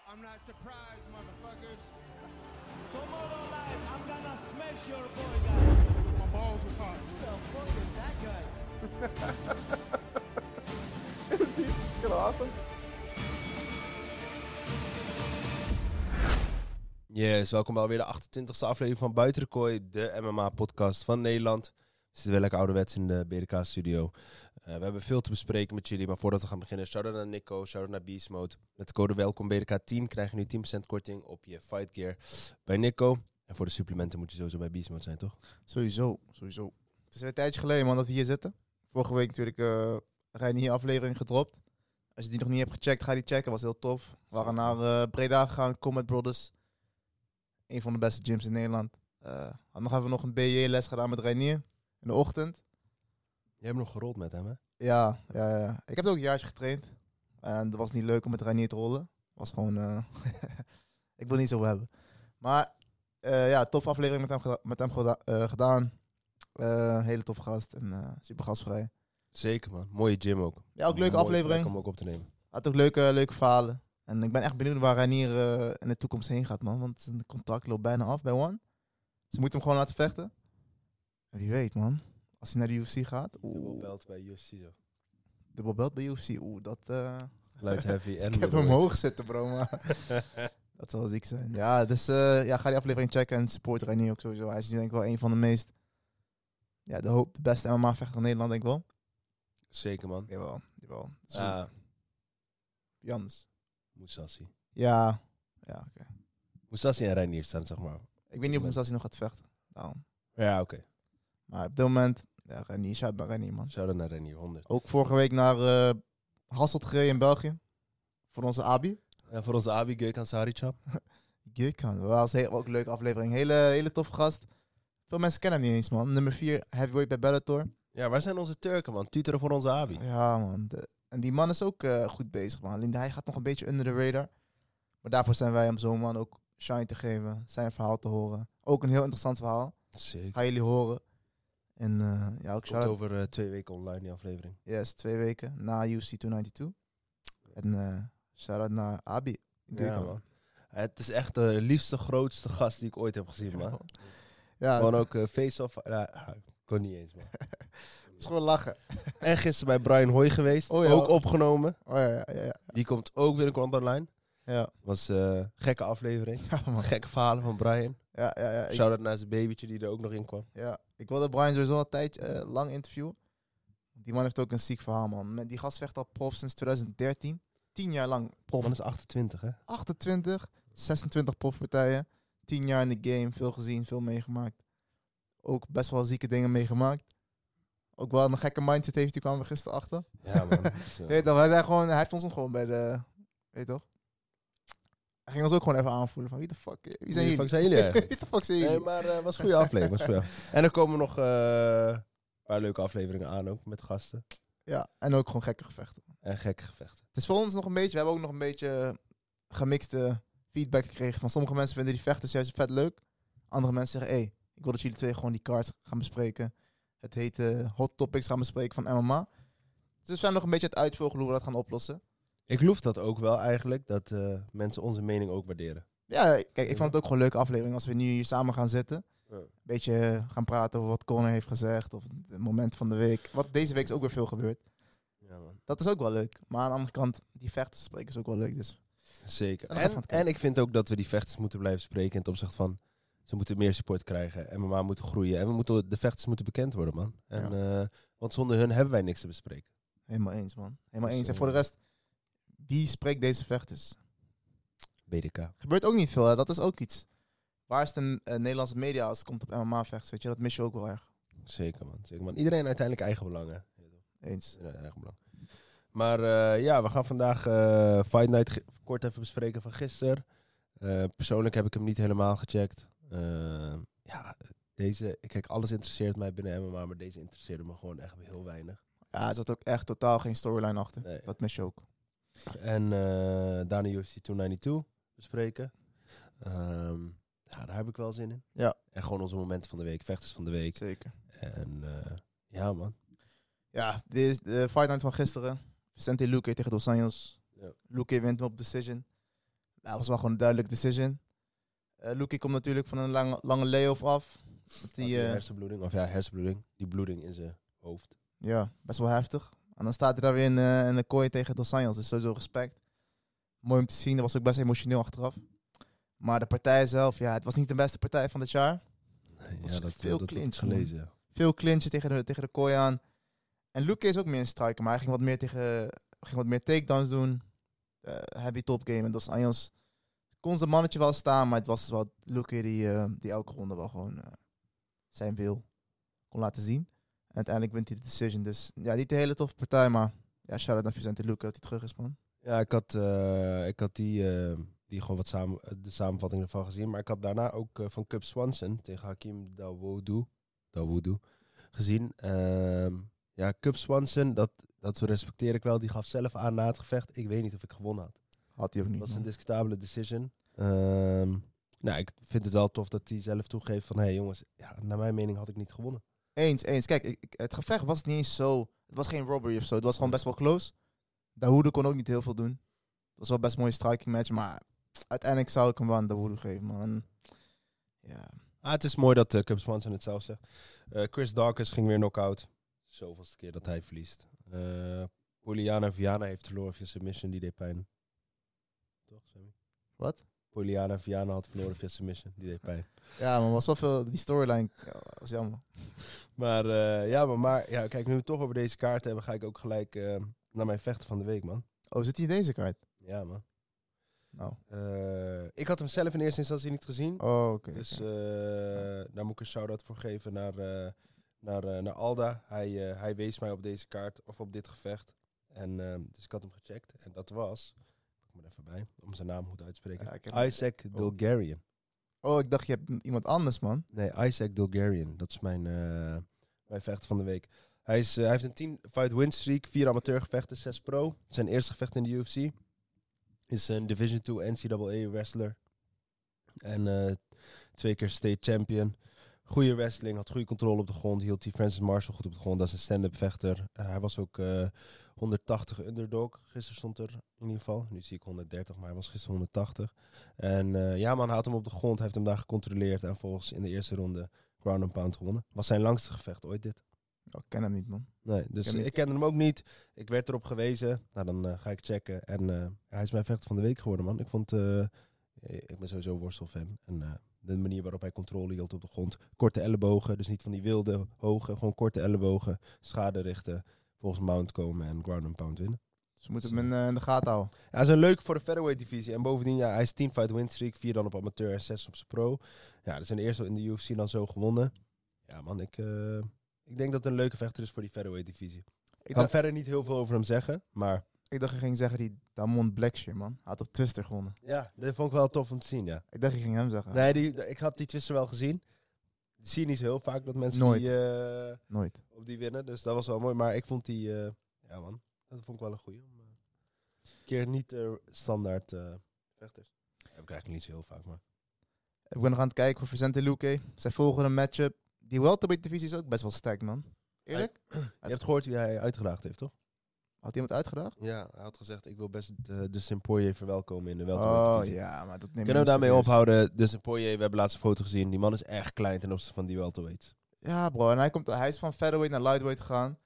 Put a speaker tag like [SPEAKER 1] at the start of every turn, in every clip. [SPEAKER 1] I'm not surprised, motherfuckers.
[SPEAKER 2] Tomorrow night, I'm gonna smash your boy, guys.
[SPEAKER 1] My balls was hot.
[SPEAKER 2] Who the fuck is that guy?
[SPEAKER 3] Is he fucking awesome?
[SPEAKER 4] Yes, welkom bij alweer de 28e aflevering van Buiten de Kooi, de MMA-podcast van Nederland. We zitten weer lekker ouderwets in de BDK-studio. Eh, we hebben veel te bespreken met jullie, maar voordat we gaan beginnen, shout-out naar Nico, shout-out naar Beast Mode. Met de code welkom BDK10 krijg je nu 10% korting op je fight gear bij Nico. En voor de supplementen moet je sowieso bij Beast Mode zijn, toch?
[SPEAKER 5] Sowieso, sowieso. Het is weer een tijdje geleden, man, dat we hier zitten. Vorige week natuurlijk eh Rijn hier aflevering gedropt. Als je die nog niet hebt gecheckt, ga die checken. Was heel tof. We waren naar eh, Breda gegaan, Comet Brothers. Een van de beste gyms in Nederland. Eh had nog even nog een BJ-les gedaan met Reinier in de ochtend.
[SPEAKER 4] Jij hebt nog gerold met hem, hè?
[SPEAKER 5] Ja, ja, ja. ik heb ook een jaartje getraind. En dat was niet leuk om met Reinier te rollen. Was gewoon, eh, ik wil het niet zo over hebben. Maar eh, ja, tof aflevering met hem, geda- met hem geda- eh, gedaan. Eh, hele tof gast en eh, super gastvrij.
[SPEAKER 4] Zeker, man. Mooie gym ook.
[SPEAKER 5] Ja, ook leuke
[SPEAKER 4] Mooie plek
[SPEAKER 5] aflevering.
[SPEAKER 4] om ook op te nemen.
[SPEAKER 5] Had ook leuke, leuke verhalen. En ik ben echt benieuwd waar Reinier eh, in de toekomst heen gaat, man. Want zijn contract loopt bijna af bij One. Ze moeten hem gewoon laten vechten. En wie weet, man. Als hij naar de UFC gaat.
[SPEAKER 4] Dubbel
[SPEAKER 5] Oeh,
[SPEAKER 4] belt bij UFC zo.
[SPEAKER 5] dubbel belt bij UFC. Oeh, dat... eh,
[SPEAKER 4] Light heavy en
[SPEAKER 5] Ik heb hem
[SPEAKER 4] middleweight.
[SPEAKER 5] hoog zitten, bro. Maar dat zal wel ziek zijn. Ja, dus eh, ja, ga die aflevering checken en support Reinier ook sowieso. Hij is nu denk ik wel een van de meest... Ja, de, hoop, de beste MMA-vechter in Nederland, denk ik wel.
[SPEAKER 4] Zeker, man. Ah,
[SPEAKER 5] Jawel, jawel. Dus
[SPEAKER 4] Ja,
[SPEAKER 5] Jans.
[SPEAKER 4] Moussassi.
[SPEAKER 5] Ja, ja oké.
[SPEAKER 4] Moussassi en Reinier staan, zeg maar.
[SPEAKER 5] Ik weet niet of Mousasi nog gaat vechten. Daarom.
[SPEAKER 4] Ja, oké.
[SPEAKER 5] Maar op dit moment... Ja, Reinier, shout naar Reinier, man.
[SPEAKER 4] Shout-out naar Renier 100.
[SPEAKER 5] Ook vorige week naar eh Hasselt gereden in België. Voor onze Abi.
[SPEAKER 4] En voor onze Abi Gökhan Saricap.
[SPEAKER 5] Jukkan, dat was heel, ook een leuke aflevering. Hele, hele toffe gast. Veel mensen kennen hem niet eens, man. Nummer 4, heavyweight bij Bellator.
[SPEAKER 4] Ja, waar zijn onze Turken, man? Tuteren voor onze Abi.
[SPEAKER 5] Ja, man. De- en die man is ook eh, goed bezig, man. Alleen hij gaat nog een beetje onder de radar. Maar daarvoor zijn wij om zo'n man ook shine te geven. Zijn verhaal te horen. Ook een heel interessant verhaal.
[SPEAKER 4] Zeker.
[SPEAKER 5] Gaan jullie horen. En eh, ja, ook
[SPEAKER 4] Komt
[SPEAKER 5] shout-out.
[SPEAKER 4] over eh, twee weken online, die aflevering.
[SPEAKER 5] Yes, twee weken na UFC 292. En eh shout-out naar Abi.
[SPEAKER 4] Ja, man. Het is echt de liefste, grootste gast die ik ooit heb gezien, man.
[SPEAKER 5] Ja,
[SPEAKER 4] Gewoon ook eh, face-off. Ja, ik kon niet eens, man.
[SPEAKER 5] het is gewoon lachen.
[SPEAKER 4] En gisteren bij Brian Hoy geweest.
[SPEAKER 5] Oh ja.
[SPEAKER 4] Ook opgenomen.
[SPEAKER 5] Oh ja, ja, ja.
[SPEAKER 4] Die komt ook binnenkort online.
[SPEAKER 5] Ja,
[SPEAKER 4] Was eh gekke aflevering.
[SPEAKER 5] ja, man.
[SPEAKER 4] Gekke verhalen van Brian.
[SPEAKER 5] Ja, ja, ja. Ik-
[SPEAKER 4] Shout-out naar zijn babytje die er ook nog in kwam.
[SPEAKER 5] Ja, ik wilde Brian sowieso al een tijdje eh, lang interviewen. Die man heeft ook een ziek verhaal, man. Met- Die gast vecht al prof sinds 2013. 10 jaar lang prof.
[SPEAKER 4] Man is 28, hè?
[SPEAKER 5] 28, 26 profpartijen. 10 jaar in de game, veel gezien, veel meegemaakt. Ook best wel zieke dingen meegemaakt. Ook wel een gekke mindset heeft, die kwamen we gisteren achter.
[SPEAKER 4] Ja, man. Dus, eh,
[SPEAKER 5] Weet je toch, wij zijn gewoon, hij heeft ons ook gewoon bij de... Weet je toch? Hij ging ons ook gewoon even aanvoelen van wie de fuck, wie zijn
[SPEAKER 4] Wie de
[SPEAKER 5] jullie?
[SPEAKER 4] fuck zijn jullie eigenlijk?
[SPEAKER 5] wie de fuck zijn
[SPEAKER 4] Nee,
[SPEAKER 5] jullie?
[SPEAKER 4] maar eh was een goede aflevering. Was een goede aflevering. En er komen nog eh, een paar leuke afleveringen aan ook met gasten.
[SPEAKER 5] Ja, en ook gewoon gekke gevechten.
[SPEAKER 4] En gekke gevechten.
[SPEAKER 5] Het is voor ons nog een beetje, we hebben ook nog een beetje gemixte feedback gekregen. Van sommige mensen vinden die vechters juist vet leuk. Andere mensen zeggen, hey, ik wil dat jullie twee gewoon die cards gaan bespreken. Het heet eh, Hot Topics gaan bespreken van MMA. Dus we zijn nog een beetje aan het uitvogelen hoe we dat gaan oplossen.
[SPEAKER 4] Ik loof dat ook wel eigenlijk, dat eh, mensen onze mening ook waarderen.
[SPEAKER 5] Ja, kijk, ik vond het ook gewoon een leuke aflevering als we nu hier samen gaan zitten.
[SPEAKER 4] Ja.
[SPEAKER 5] Een beetje eh, gaan praten over wat Conor heeft gezegd of het moment van de week. Wat deze week is ook weer veel gebeurd.
[SPEAKER 4] Ja, man.
[SPEAKER 5] Dat is ook wel leuk. Maar aan de andere kant, die vechters spreken is ook wel leuk. Dus
[SPEAKER 4] Zeker.
[SPEAKER 5] Daar gaan
[SPEAKER 4] En,
[SPEAKER 5] we van
[SPEAKER 4] en
[SPEAKER 5] kijken.
[SPEAKER 4] ik vind ook dat we die vechters moeten blijven spreken in het opzicht van... Ze moeten meer support krijgen en MMA moeten groeien. En we moeten, de vechters moeten bekend worden, man. En, eh, want zonder hun hebben wij niks te bespreken.
[SPEAKER 5] Helemaal eens, man. Helemaal
[SPEAKER 4] Dus,
[SPEAKER 5] eens. En
[SPEAKER 4] eh,
[SPEAKER 5] voor de rest, wie spreekt deze vechters?
[SPEAKER 4] BDK.
[SPEAKER 5] Gebeurt ook niet veel, hè? dat is ook iets. Waar is de eh, Nederlandse media als het komt op MMA-vechters? Weet je, dat mis je ook wel erg.
[SPEAKER 4] Zeker, man. Zeker, man. Iedereen uiteindelijk eigen belangen.
[SPEAKER 5] Eens.
[SPEAKER 4] Ja, eigen belang. eh, Maar eh, ja, we gaan vandaag eh Fight Night ge- kort even bespreken van gisteren. Eh, persoonlijk heb ik hem niet helemaal gecheckt. Eh, ja, deze, kijk, alles interesseert mij binnen MMA, maar deze interesseerde me gewoon echt heel weinig.
[SPEAKER 5] Ja, er zat ook echt totaal geen storyline achter.
[SPEAKER 4] Nee.
[SPEAKER 5] Dat mis je ook.
[SPEAKER 4] En eh daarna UFC 292 bespreken. Ehm, ja, daar heb ik wel zin in.
[SPEAKER 5] Ja.
[SPEAKER 4] En gewoon onze momenten van de week, vechters van de week.
[SPEAKER 5] Zeker.
[SPEAKER 4] En eh, ja, man.
[SPEAKER 5] Ja, dit is de fight night van gisteren. Vicente Luque tegen Dos Anjos.
[SPEAKER 4] Ja.
[SPEAKER 5] Luque wint hem op decision. Nou, was wel gewoon een duidelijke decision. Eh Luki komt natuurlijk van een lange, lange layoff af. Met die,
[SPEAKER 4] Had hij
[SPEAKER 5] eh,
[SPEAKER 4] hersenbloeding, of ja, hersenbloeding. Die bloeding in zijn hoofd.
[SPEAKER 5] Ja, best wel heftig. En dan staat hij daar weer in, eh, in de kooi tegen Dos Anjos. Dus sowieso respect. Mooi om te zien. Dat was ook best emotioneel achteraf. Maar de partij zelf, ja, het was niet de beste partij van het jaar. was
[SPEAKER 4] ja, dat eh,
[SPEAKER 5] veel
[SPEAKER 4] dat had ik
[SPEAKER 5] clinch, man.
[SPEAKER 4] gelezen. ja.
[SPEAKER 5] Veel clinchen tegen de, tegen de kooi aan. En Luke is ook meer een striker, maar hij ging wat meer, tegen, ging wat meer takedowns doen. Eh, heavy top game. En Dos Anjos kon zijn mannetje wel staan, maar het was wel Luke die, eh, die elke ronde wel gewoon eh, zijn wil kon laten zien. En uiteindelijk wint hij de decision. Dus ja, niet de hele toffe partij, maar ja, shout-out naar Vicente Luke dat hij terug is, man.
[SPEAKER 4] Ja, ik had, eh, ik had die, eh, die gewoon wat samen, de samenvatting ervan gezien. Maar ik had daarna ook eh, van Cup Swanson tegen Hakim Dawodu, Dawodu gezien. Ehm, ja, Cup Swanson, dat, dat respecteer ik wel. Die gaf zelf aan na het gevecht. Ik weet niet of ik gewonnen had.
[SPEAKER 5] Had hij ook niet.
[SPEAKER 4] Dat is
[SPEAKER 5] man.
[SPEAKER 4] een discutabele decision. Ehm, nou, ik vind het wel tof dat hij zelf toegeeft van... Hé hey jongens, ja, naar mijn mening had ik niet gewonnen.
[SPEAKER 5] Eens, eens. Kijk, ik- ik- het gevecht was niet eens zo... Het was geen robbery of zo. Het was gewoon best wel close. Dawoede kon ook niet heel veel doen. Het was wel best een mooie striking match, maar uiteindelijk zou ik hem wel aan Dawoede geven, man. En, ja,
[SPEAKER 4] Ah, het is mooi dat eh, Cub Swanson het zelf zegt. Eh, Chris Dawkins ging weer knock-out. Zoveelste keer dat hij verliest. Eh Poliana Viana heeft verloren via submission. Die deed pijn. Toch, Sammy?
[SPEAKER 5] Wat?
[SPEAKER 4] Poliana Viana had verloren via submission. Die deed pijn.
[SPEAKER 5] ja man, was wel veel... Die storyline ja, was jammer.
[SPEAKER 4] Maar eh, ja, maar, maar ja, kijk, nu we het toch over deze kaart hebben... ga ik ook gelijk eh, naar mijn vechter van de week, man.
[SPEAKER 5] Oh, zit hij in deze kaart?
[SPEAKER 4] Ja, man.
[SPEAKER 5] Nou,
[SPEAKER 4] Eh, ik had hem zelf in eerste instantie niet gezien.
[SPEAKER 5] oh, oké. oké.
[SPEAKER 4] Dus eh, daar moet ik een shout-out voor geven naar, eh, naar, eh, naar Alda. Hij, eh, hij wees mij op deze kaart of op dit gevecht. En, ehm, dus ik had hem gecheckt. En dat was, ik kom er even bij, om zijn naam goed uit te spreken.
[SPEAKER 5] Ja, ik heb hem-
[SPEAKER 4] Isaac Dulgarian.
[SPEAKER 5] Oh, ik dacht je hebt iemand anders, man.
[SPEAKER 4] Nee, Isaac Dulgarian. Dat is mijn, eh, mijn vechter van de week. Hij, is, eh, hij heeft een 10 fight win streak, 4 amateurgevechten, 6 pro. Zijn eerste gevecht in de UFC. Is een Division 2 NCAA wrestler. En eh, twee keer state champion. Goede wrestling, had goede controle op de grond. Hield die Francis Marshall goed op de grond. Dat is een stand-up vechter. Eh, hij was ook eh, 180 underdog. Gisteren stond er in ieder geval. Nu zie ik 130, maar hij was gisteren 180. En eh, ja, man, hij had hem op de grond, heeft hem daar gecontroleerd en volgens in de eerste ronde ground and pound gewonnen. Was zijn langste gevecht ooit dit.
[SPEAKER 5] Oh, ik ken hem niet, man.
[SPEAKER 4] Nee, dus
[SPEAKER 5] Ken
[SPEAKER 4] eh,
[SPEAKER 5] niet.
[SPEAKER 4] ik kende hem ook niet. Ik werd erop gewezen. Nou, dan eh, ga ik checken. En eh, hij is mijn vechter van de week geworden, man. Ik vond, eh, eh, ik ben sowieso worstelfan. En eh, de manier waarop hij controle hield op de grond. Korte ellebogen, dus niet van die wilde hoge. Gewoon korte ellebogen, schade richten. Volgens mount komen en ground and pound winnen.
[SPEAKER 5] Dus we moeten hem in, eh, in de gaten houden.
[SPEAKER 4] Ja, Hij is een leuk voor de featherweight divisie. En bovendien, ja, hij is 10 fight win streak. 4 dan op amateur en 6 op zijn pro. Ja, dus zijn eerste in de UFC dan zo gewonnen. Ja man, ik, eh, ik denk dat het een leuke vechter is voor die featherweight divisie. Ik
[SPEAKER 5] Ik
[SPEAKER 4] kan
[SPEAKER 5] dacht,
[SPEAKER 4] verder niet heel veel over hem zeggen, maar...
[SPEAKER 5] ik dacht je ging zeggen die Damon Blackshear, man. Hij had op Twister gewonnen.
[SPEAKER 4] Ja, dat vond ik wel tof om te zien, ja.
[SPEAKER 5] Ik dacht je ging hem zeggen.
[SPEAKER 4] Nee, die, ik had die twister wel gezien. Dat zie je niet zo heel vaak, dat mensen
[SPEAKER 5] Nooit.
[SPEAKER 4] die, eh,
[SPEAKER 5] Nooit.
[SPEAKER 4] op die winnen. Dus dat was wel mooi. Maar ik vond die... eh, ja man, dat vond ik wel een goeie. Om, eh, een keer niet eh, standaard eh, vechters. Dat heb ik eigenlijk niet zo heel vaak, maar...
[SPEAKER 5] Ik ben nog aan het kijken voor Vicente Luque. Zijn volgende matchup. Die welterweight divisie is ook best wel sterk, man. Eerlijk?
[SPEAKER 4] Je hebt gehoord wie hij uitgedaagd heeft, toch?
[SPEAKER 5] Had iemand uitgedaagd?
[SPEAKER 4] Ja, hij had gezegd, ik wil best de, de Poirier verwelkomen in de
[SPEAKER 5] Oh
[SPEAKER 4] welterweight
[SPEAKER 5] ja, maar dat neem ik
[SPEAKER 4] Kunnen we
[SPEAKER 5] niet
[SPEAKER 4] daarmee
[SPEAKER 5] serieus.
[SPEAKER 4] ophouden? Dus Poirier, we hebben laatst een foto gezien. Die man is echt klein ten opzichte van die welterweight.
[SPEAKER 5] Ja, bro. En hij, komt, hij is van featherweight naar lightweight gegaan.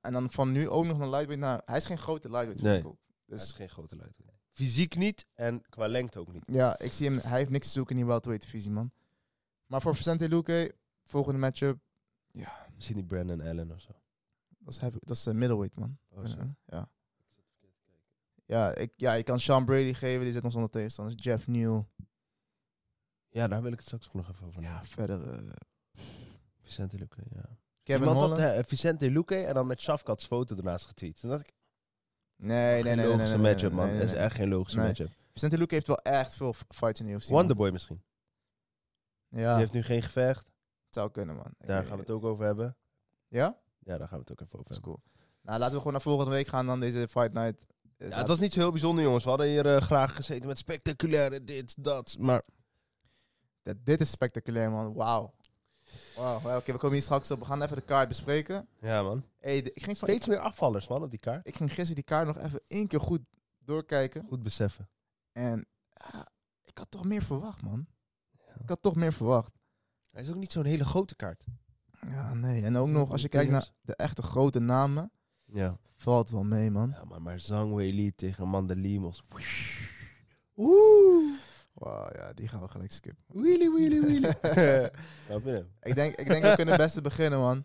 [SPEAKER 5] En dan van nu ook nog naar lightweight naar... Hij is geen grote lightweight.
[SPEAKER 4] Nee.
[SPEAKER 5] vind ik ook.
[SPEAKER 4] Dat is
[SPEAKER 5] Dus
[SPEAKER 4] geen grote luid. Fysiek niet en qua lengte ook niet.
[SPEAKER 5] ja, ik zie hem... Hij heeft niks te zoeken in die welterweight divisie, man. Maar voor Vicente Luque, volgende matchup.
[SPEAKER 4] Misschien die Brandon Allen of zo.
[SPEAKER 5] Dat is, heavy- dat is eh, middleweight, man.
[SPEAKER 4] Oh, zo.
[SPEAKER 5] Ja. Ja, ik, ja, je kan Sean Brady geven. Die zit nog zonder tegenstanders. Jeff Neal.
[SPEAKER 4] Ja, daar wil ik het straks ook nog even over
[SPEAKER 5] Ja,
[SPEAKER 4] hebben.
[SPEAKER 5] verder... eh,
[SPEAKER 4] Vicente Luque, ja.
[SPEAKER 5] Kevin
[SPEAKER 4] Iemand
[SPEAKER 5] Holland.
[SPEAKER 4] had eh, Vicente Luque en dan met Shafkat's foto ernaast getweet. En dat ik,
[SPEAKER 5] Nee, nee, nee.
[SPEAKER 4] geen
[SPEAKER 5] nee,
[SPEAKER 4] logische
[SPEAKER 5] nee, nee,
[SPEAKER 4] matchup,
[SPEAKER 5] nee,
[SPEAKER 4] man.
[SPEAKER 5] nee,
[SPEAKER 4] Dat is
[SPEAKER 5] nee.
[SPEAKER 4] echt geen logische
[SPEAKER 5] Nee.
[SPEAKER 4] matchup.
[SPEAKER 5] Vicente Luque heeft wel echt veel f- fights in de UFC. man.
[SPEAKER 4] Wonderboy misschien.
[SPEAKER 5] Ja,
[SPEAKER 4] Die
[SPEAKER 5] het
[SPEAKER 4] heeft nu geen gevecht.
[SPEAKER 5] zou kunnen, man. Ik
[SPEAKER 4] Daar
[SPEAKER 5] weet-
[SPEAKER 4] gaan we het ook over hebben.
[SPEAKER 5] Ja?
[SPEAKER 4] Ja, daar gaan we het ook even over
[SPEAKER 5] Dat
[SPEAKER 4] hebben.
[SPEAKER 5] is cool. Nou, laten we gewoon naar volgende week gaan dan, deze Fight Night. Eh,
[SPEAKER 4] Ja,
[SPEAKER 5] laat-
[SPEAKER 4] het was niet zo heel bijzonder, jongens. We hadden hier eh, graag gezeten met spectaculaire dit, dat. Maar
[SPEAKER 5] dat- Dit is spectaculair, man. Wauw. Wauw. Oké, we komen hier straks op. We gaan even de kaart bespreken.
[SPEAKER 4] ja, man.
[SPEAKER 5] Hey, de- ik, ging van, ik,
[SPEAKER 4] Steeds meer afvallers, man, op die kaart.
[SPEAKER 5] ik ging gisteren die kaart nog even één keer goed doorkijken.
[SPEAKER 4] Goed beseffen.
[SPEAKER 5] En ja, ik had toch meer verwacht, man. Ik had toch meer verwacht.
[SPEAKER 4] Hij is ook niet zo'n hele grote kaart.
[SPEAKER 5] Ja, nee. En ook nog, als je kijkt naar de echte grote namen,
[SPEAKER 4] Ja.
[SPEAKER 5] valt wel mee, man.
[SPEAKER 4] ja maar, maar Zhang Li tegen Mandelimos.
[SPEAKER 5] Oeh. Wow, ja, die gaan we gelijk skippen.
[SPEAKER 4] Wheelie, wheelie, wheelie. Snap je hem?
[SPEAKER 5] ik, denk, ik denk we kunnen het beste beginnen, man.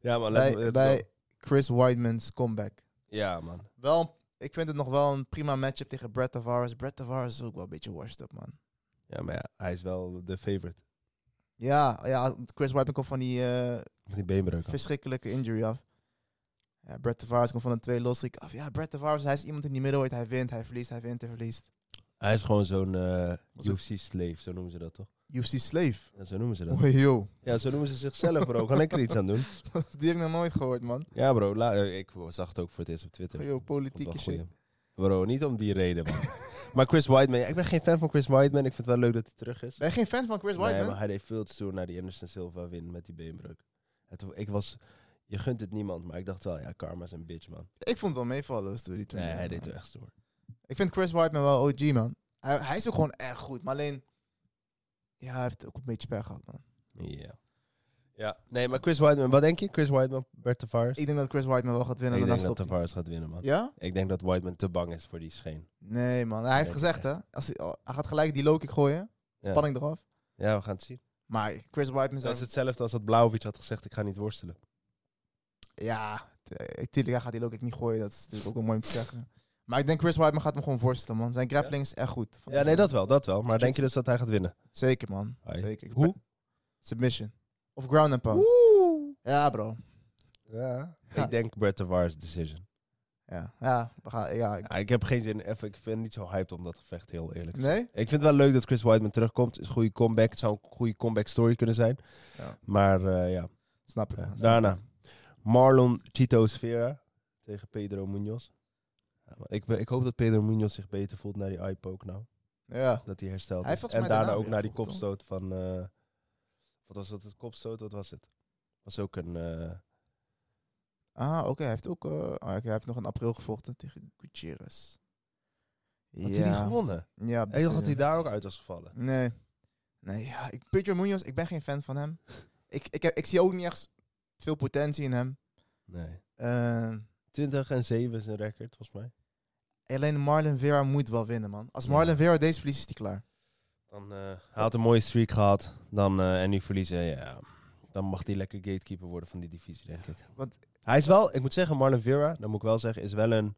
[SPEAKER 4] Ja, man. let's-
[SPEAKER 5] Bij,
[SPEAKER 4] let's
[SPEAKER 5] bij
[SPEAKER 4] go.
[SPEAKER 5] Chris Whiteman's comeback.
[SPEAKER 4] Ja, man.
[SPEAKER 5] Wel, een- ik vind het nog wel een prima matchup tegen Brett Tavares. Brett Tavares is ook wel een beetje washed up, man.
[SPEAKER 4] Ja, maar ja, hij is wel de favorite.
[SPEAKER 5] Ja, ja Chris Whiteman komt van die eh,
[SPEAKER 4] Met die beenbreuk. af.
[SPEAKER 5] verschrikkelijke injury af. Ja, Brett Tavares komt van een twee losstreak af. Ja, Brett Tavares, hij is iemand in die middleweight. Hij wint, hij verliest, hij wint, hij verliest.
[SPEAKER 4] Hij is gewoon zo'n eh,
[SPEAKER 5] Wat is-
[SPEAKER 4] UFC-slave, zo noemen ze dat toch?
[SPEAKER 5] UFC Slave.
[SPEAKER 4] Ja, zo noemen ze dat.
[SPEAKER 5] Oh, joh.
[SPEAKER 4] Ja, zo noemen ze zichzelf, bro. Ga lekker iets aan doen.
[SPEAKER 5] die heb ik nog nooit gehoord, man.
[SPEAKER 4] Ja, bro. la- eh, ik zag het ook voor het eerst op Twitter.
[SPEAKER 5] Yo,
[SPEAKER 4] Vond het
[SPEAKER 5] politieke
[SPEAKER 4] wel
[SPEAKER 5] Oh, shit.
[SPEAKER 4] goeie. Bro, niet om die reden, man. maar Chris Whiteman, ik ben geen fan van Chris Whiteman. Ik vind het wel leuk dat hij terug is.
[SPEAKER 5] Ben je geen fan van Chris
[SPEAKER 4] nee,
[SPEAKER 5] Whiteman?
[SPEAKER 4] maar hij deed veel te stoer naar die Anderson Silva win met die beenbreuk. Het, ik was, je gunt het niemand, maar ik dacht wel, ja, karma is een bitch, man.
[SPEAKER 5] Ik vond het wel meevallen, dus, toen die
[SPEAKER 4] Nee,
[SPEAKER 5] toernooi,
[SPEAKER 4] hij deed
[SPEAKER 5] man.
[SPEAKER 4] wel echt stoer.
[SPEAKER 5] Ik vind Chris Whiteman wel OG, man. Hij, hij is ook gewoon echt goed. Maar alleen... Ja, hij heeft ook een beetje pech gehad, man.
[SPEAKER 4] Ja. Ja, nee, maar Chris Whiteman, wat denk je? Chris Whiteman, Bert Tavares?
[SPEAKER 5] Ik denk dat Chris Whiteman wel gaat winnen.
[SPEAKER 4] Ik
[SPEAKER 5] en
[SPEAKER 4] denk
[SPEAKER 5] daarna
[SPEAKER 4] dat
[SPEAKER 5] stopt hij.
[SPEAKER 4] Tavares gaat winnen, man.
[SPEAKER 5] Ja?
[SPEAKER 4] Ik denk dat Whiteman te bang is voor die scheen.
[SPEAKER 5] Nee, man. Hij heeft
[SPEAKER 4] ik
[SPEAKER 5] gezegd, hè. Als hij, oh, hij gaat gelijk die low kick gooien.
[SPEAKER 4] Ja.
[SPEAKER 5] Spanning eraf.
[SPEAKER 4] Ja, we gaan het zien.
[SPEAKER 5] Maar Chris Whiteman
[SPEAKER 4] Dat
[SPEAKER 5] zei...
[SPEAKER 4] is hetzelfde als dat Blauwwitch had gezegd, ik ga niet worstelen.
[SPEAKER 5] Ja, tu- eh, tuurlijk, hij gaat die low kick niet gooien. Dat is natuurlijk ook wel mooi om te zeggen. Maar ik denk Chris Whiteman gaat hem gewoon worstelen, man. Zijn grappling is echt goed.
[SPEAKER 4] Ja, nee, dat wel, dat wel. Maar denk je dus dat hij gaat winnen?
[SPEAKER 5] Zeker, man.
[SPEAKER 4] Hai.
[SPEAKER 5] Zeker. Ik
[SPEAKER 4] Hoe?
[SPEAKER 5] ben- Submission. Of ground and pound. Ja, bro.
[SPEAKER 4] Ja.
[SPEAKER 5] Ja.
[SPEAKER 4] Ik denk Bert Tavares decision.
[SPEAKER 5] Ja, ja, we gaan, ja. ik-
[SPEAKER 4] Ja, ik heb geen zin, even, ik ben niet zo hyped om dat gevecht, heel eerlijk.
[SPEAKER 5] Nee?
[SPEAKER 4] Ik vind het wel leuk dat Chris Whiteman terugkomt. Is een goede comeback. Het zou een goede comeback story kunnen zijn.
[SPEAKER 5] Ja.
[SPEAKER 4] Maar eh, ja,
[SPEAKER 5] Snap ik.
[SPEAKER 4] eh,
[SPEAKER 5] man, snap ik.
[SPEAKER 4] daarna. Marlon Chito Vera tegen Pedro Munoz. Ja, maar ik, ben- ik hoop dat Pedro Munoz zich beter voelt naar die eye poke nou.
[SPEAKER 5] Ja.
[SPEAKER 4] Dat hij hersteld
[SPEAKER 5] Hij
[SPEAKER 4] is.
[SPEAKER 5] heeft volgens
[SPEAKER 4] En
[SPEAKER 5] mij
[SPEAKER 4] daarna
[SPEAKER 5] daarna
[SPEAKER 4] ook
[SPEAKER 5] weer
[SPEAKER 4] naar die
[SPEAKER 5] gevochten,
[SPEAKER 4] kopstoot van... eh, wat was dat? Het kopstoot? Wat was het? was ook een... eh,
[SPEAKER 5] Ah, oké. hij heeft ook... eh, ah, oké, hij heeft nog in april gevochten tegen Gutierrez.
[SPEAKER 4] had hij niet gewonnen?
[SPEAKER 5] Ja,
[SPEAKER 4] Ik dacht dat hij
[SPEAKER 5] precies.
[SPEAKER 4] daar ook uit was gevallen.
[SPEAKER 5] Nee. Nee, ja. Ik, Pedro Munoz, ik ben geen fan van hem. ik, ik, heb, ik zie ook niet echt veel potentie in hem.
[SPEAKER 4] Nee.
[SPEAKER 5] Eh,
[SPEAKER 4] 20 en 7 is een record, volgens mij.
[SPEAKER 5] alleen Marlon Vera moet wel winnen, man. Als
[SPEAKER 4] Ja.
[SPEAKER 5] Marlon Vera deze verliest, is hij klaar.
[SPEAKER 4] Dan, eh, hij had een mooie streak gehad. Dan, eh, en nu verliezen, ja. Dan mag hij lekker gatekeeper worden van die divisie, denk ik.
[SPEAKER 5] Want-
[SPEAKER 4] hij is wel, ik moet zeggen, Marlon Vera, dat moet ik wel zeggen, is wel een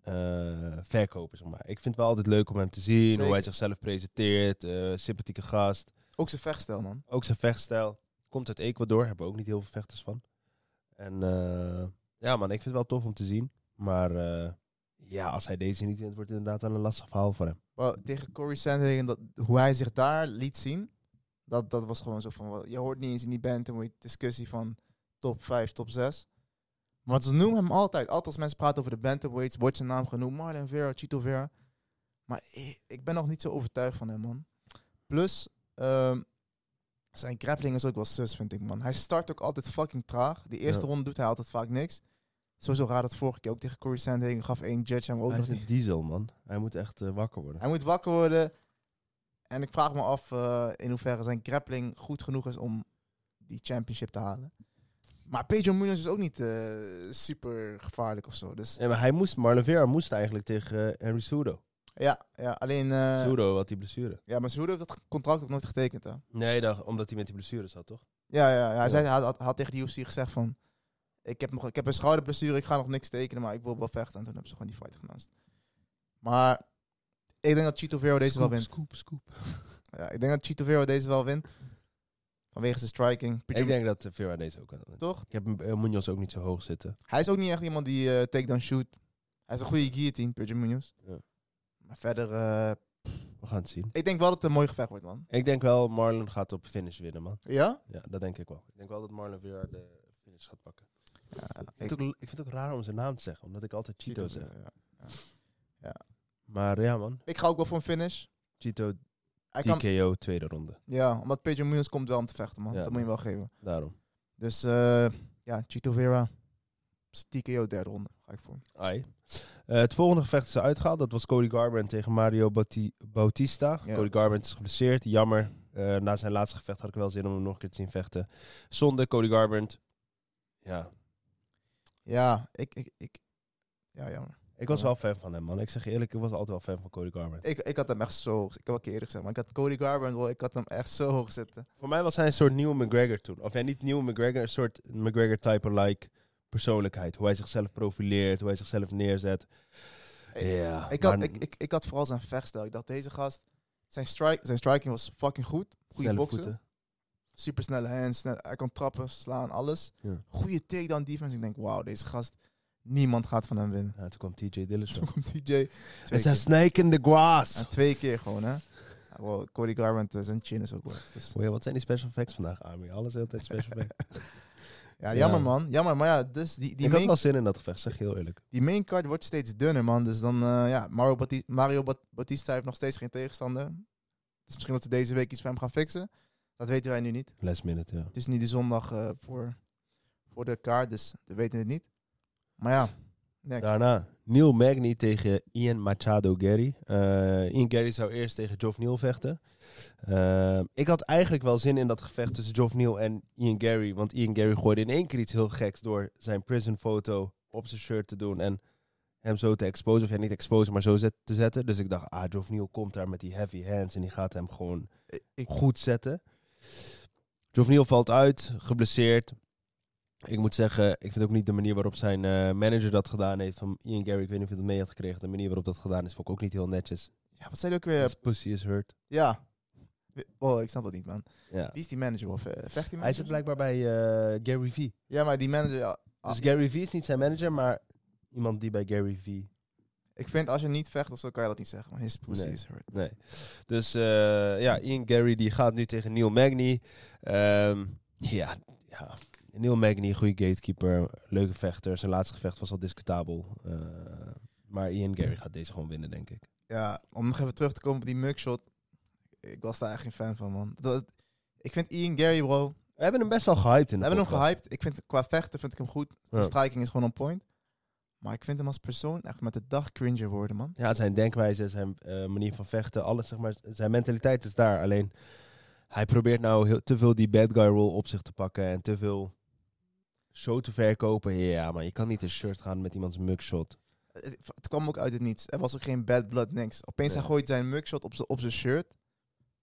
[SPEAKER 4] eh, verkoper, zeg maar. Ik vind het wel altijd leuk om hem te zien,
[SPEAKER 5] Zeker.
[SPEAKER 4] hoe hij zichzelf presenteert. eh, sympathieke gast.
[SPEAKER 5] Ook zijn vechtstijl, man.
[SPEAKER 4] Ook zijn vechtstijl. Komt uit Ecuador, hebben we ook niet heel veel vechters van. En eh, ja, man, ik vind het wel tof om te zien. Maar eh, ja, als hij deze niet wint, wordt het inderdaad wel een lastig verhaal voor hem.
[SPEAKER 5] Wel, tegen Corey Sandhagen, dat, hoe hij zich daar liet zien, dat, dat was gewoon zo van... wel, Je hoort niet eens in die band een discussie van top 5, top 6. Want ze noemen hem altijd. Altijd als mensen praten over de bantamweights, wordt zijn naam genoemd. Marlon Vera, Chito Vera. Maar ik, ik ben nog niet zo overtuigd van hem, man. Plus, ehm, zijn grappling is ook wel sus, vind ik, man. Hij start ook altijd fucking traag. Die eerste
[SPEAKER 4] Ja.
[SPEAKER 5] ronde doet hij altijd vaak niks. Sowieso raar dat vorige keer ook tegen Corey Sandhagen gaf één judge hem ook
[SPEAKER 4] hij
[SPEAKER 5] nog
[SPEAKER 4] is een diesel, man. Hij moet echt eh, wakker worden.
[SPEAKER 5] hij moet wakker worden. En ik vraag me af eh, in hoeverre zijn grappling goed genoeg is om die championship te halen. Maar Pedro Munoz is ook niet eh, super gevaarlijk of zo. Dus
[SPEAKER 4] Ja, maar hij moest, Marlon Vera moest eigenlijk tegen eh, Henry Sudo.
[SPEAKER 5] ja, ja alleen. eh,
[SPEAKER 4] Sudo had die blessure.
[SPEAKER 5] ja, maar Cejudo heeft dat contract ook nooit getekend. Hè?
[SPEAKER 4] Nee, dat, omdat hij met die blessure zat, toch?
[SPEAKER 5] Ja, ja, ja, hij
[SPEAKER 4] Ja.
[SPEAKER 5] zei, hij had, had tegen de UFC gezegd van... Ik heb, nog, ik heb een schouderblessure, ik ga nog niks tekenen, maar ik wil wel vechten. En toen hebben ze gewoon die fight genast. Maar ik denk dat Chito Vero deze wel wint.
[SPEAKER 4] Scoop, scoop.
[SPEAKER 5] Ja, ik denk dat Chito Vero deze wel wint. Vanwege zijn striking. Pedro-
[SPEAKER 4] Ik denk dat eh, Vera deze ook kan winnen.
[SPEAKER 5] Toch?
[SPEAKER 4] Ik heb hem- eh, Munoz ook niet zo hoog zitten.
[SPEAKER 5] Hij is ook niet echt iemand die eh, take takedown shoot. Hij is een goede guillotine, Pedro Munoz.
[SPEAKER 4] Ja.
[SPEAKER 5] Maar verder, eh,
[SPEAKER 4] We gaan het zien.
[SPEAKER 5] ik denk wel dat het een mooi gevecht wordt, man.
[SPEAKER 4] Ik denk wel, Marlon gaat op finish winnen, man.
[SPEAKER 5] Ja?
[SPEAKER 4] Ja, dat denk ik wel. Ik denk wel dat Marlon Vera de finish gaat pakken.
[SPEAKER 5] Ja,
[SPEAKER 4] Ik, vind het ook, ik vind het ook raar om zijn naam te zeggen, omdat ik altijd Chito zeg.
[SPEAKER 5] ja.
[SPEAKER 4] Maar ja, man.
[SPEAKER 5] Ik ga ook wel voor een finish.
[SPEAKER 4] Chito
[SPEAKER 5] Hij kan,
[SPEAKER 4] TKO, tweede ronde.
[SPEAKER 5] ja, omdat Pedro Munoz komt wel Dus, om te vechten, man.
[SPEAKER 4] Ja.
[SPEAKER 5] Dat moet je wel geven.
[SPEAKER 4] Daarom.
[SPEAKER 5] Dus eh, ja, Chito Vera. Stiekem, derde ronde. Ga ik voor.
[SPEAKER 4] Ai. Eh, het volgende gevecht is uitgehaald. Dat was Cody Garbrandt tegen Mario Bauti- Bautista.
[SPEAKER 5] Ja.
[SPEAKER 4] Cody Garbrandt is geblesseerd. Jammer. Eh, na zijn laatste gevecht had ik wel zin om hem nog een keer te zien vechten. Zonde, Cody Garbrandt. Ja.
[SPEAKER 5] Ja, ik, ik, ik, ja, jammer.
[SPEAKER 4] Ik was
[SPEAKER 5] Ja.
[SPEAKER 4] wel fan van hem, man. Ik zeg je eerlijk, ik was altijd wel fan van Cody Garbrandt.
[SPEAKER 5] Ik, ik had hem echt zo hoog. Ik heb al een keer eerder gezegd, maar ik had Cody Garbrandt, wel, ik had hem echt zo hoog zitten.
[SPEAKER 4] Voor mij was hij een soort nieuwe McGregor toen. Of ja, niet nieuwe McGregor, een soort McGregor-type-like persoonlijkheid. Hoe hij zichzelf profileert, hoe hij zichzelf neerzet.
[SPEAKER 5] Ik-
[SPEAKER 4] ja.
[SPEAKER 5] Ik had,
[SPEAKER 4] maar
[SPEAKER 5] ik, ik, ik had vooral zijn vechtstijl. Ik dacht, deze gast, zijn, strike, zijn striking was fucking goed. Goede
[SPEAKER 4] snelle
[SPEAKER 5] boksen.
[SPEAKER 4] voeten.
[SPEAKER 5] Supersnelle hands, snel, hij kon trappen, slaan, alles.
[SPEAKER 4] Ja.
[SPEAKER 5] Goede takedown defense. Ik denk, wauw, deze gast, niemand gaat van hem winnen.
[SPEAKER 4] Ja, toen kwam TJ Dillashaw.
[SPEAKER 5] Toen komt TJ. Twee
[SPEAKER 4] It's a
[SPEAKER 5] keer.
[SPEAKER 4] snake in the grass.
[SPEAKER 5] En twee keer gewoon, hè. Ja, Wow, Cody Garbrandt, eh, zijn chin is ook wel. Dus,
[SPEAKER 4] Boy, wat zijn die special effects vandaag, Army? Alles heel tijd special effects.
[SPEAKER 5] ja,
[SPEAKER 4] Ja.
[SPEAKER 5] jammer man. Jammer, maar ja, dus die, die
[SPEAKER 4] ik had
[SPEAKER 5] main
[SPEAKER 4] wel zin in dat gevecht, zeg je heel eerlijk.
[SPEAKER 5] die main card wordt steeds dunner, man. Dus dan, eh, ja, Mario, Bati- Mario Bat- Batista heeft nog steeds geen tegenstander. Dus misschien dat ze deze week iets van hem gaan fixen. Dat weten wij nu niet.
[SPEAKER 4] Last minute, ja.
[SPEAKER 5] Het is nu de zondag eh, voor, voor de kaart, dus we weten het niet. Maar ja, next.
[SPEAKER 4] Daarna Neil Magny tegen Ian Machado Gary. Eh, Ian Gary zou eerst tegen Geoff Neal vechten. Eh, ik had eigenlijk wel zin in dat gevecht tussen Geoff Neal en Ian Gary. Want Ian Gary gooide in één keer iets heel geks door zijn prison foto op zijn shirt te doen. En hem zo te exposen. Of ja, niet exposen, maar zo zet- te zetten. Dus ik dacht, ah, Geoff Neal komt daar met die heavy hands. En die gaat hem gewoon
[SPEAKER 5] Ik- ik-
[SPEAKER 4] goed zetten. Jovenil valt uit, geblesseerd. Ik moet zeggen, ik vind ook niet de manier waarop zijn eh, manager dat gedaan heeft. Van Ian Gary, ik weet niet of je dat mee had gekregen. De manier waarop dat gedaan is, vond ik ook niet heel netjes.
[SPEAKER 5] ja, wat zei hij ook weer?
[SPEAKER 4] His pussy is hurt.
[SPEAKER 5] Ja. Oh, ik snap dat niet, man.
[SPEAKER 4] Ja.
[SPEAKER 5] Wie is die manager? Of, eh, vecht die
[SPEAKER 4] Hij
[SPEAKER 5] manager?
[SPEAKER 4] zit blijkbaar bij eh, Gary V.
[SPEAKER 5] Ja, maar die manager... Ja, Ah.
[SPEAKER 4] Dus Gary V is niet zijn manager, maar iemand die bij Gary V.
[SPEAKER 5] ik vind als je niet vecht of zo, kan je dat niet zeggen. Man, his pussy
[SPEAKER 4] Nee.
[SPEAKER 5] is hurt.
[SPEAKER 4] Nee. Dus eh, ja, Ian Gary die gaat nu tegen Neil Magny. Ehm, ja, ja, Neil Magny, goede gatekeeper, leuke vechter. Zijn laatste gevecht was al discutabel. Eh, maar Ian Gary gaat deze gewoon winnen, denk ik.
[SPEAKER 5] Ja, om nog even terug te komen op die mugshot. Ik was daar echt geen fan van, man. Dat, ik vind Ian Gary, bro.
[SPEAKER 4] We
[SPEAKER 5] We
[SPEAKER 4] hebben hem best wel gehyped in de
[SPEAKER 5] hebben hem
[SPEAKER 4] podcast.
[SPEAKER 5] gehyped. Ik vind, qua vechten vind ik hem goed. De
[SPEAKER 4] Ja.
[SPEAKER 5] striking is gewoon on point. Maar ik vind hem als persoon echt met de dag cringer worden, man.
[SPEAKER 4] Ja, zijn denkwijze, zijn eh, manier van vechten, alles zeg maar. Zijn mentaliteit is daar. Alleen, hij probeert nou heel, te veel die bad guy rol op zich te pakken en te veel show te verkopen. Ja, maar je kan niet een shirt gaan met iemands mugshot.
[SPEAKER 5] Het, het kwam ook uit het niets. Er was ook geen bad blood, niks. Opeens
[SPEAKER 4] Nee.
[SPEAKER 5] hij gooit zijn mugshot op zijn op zijn shirt.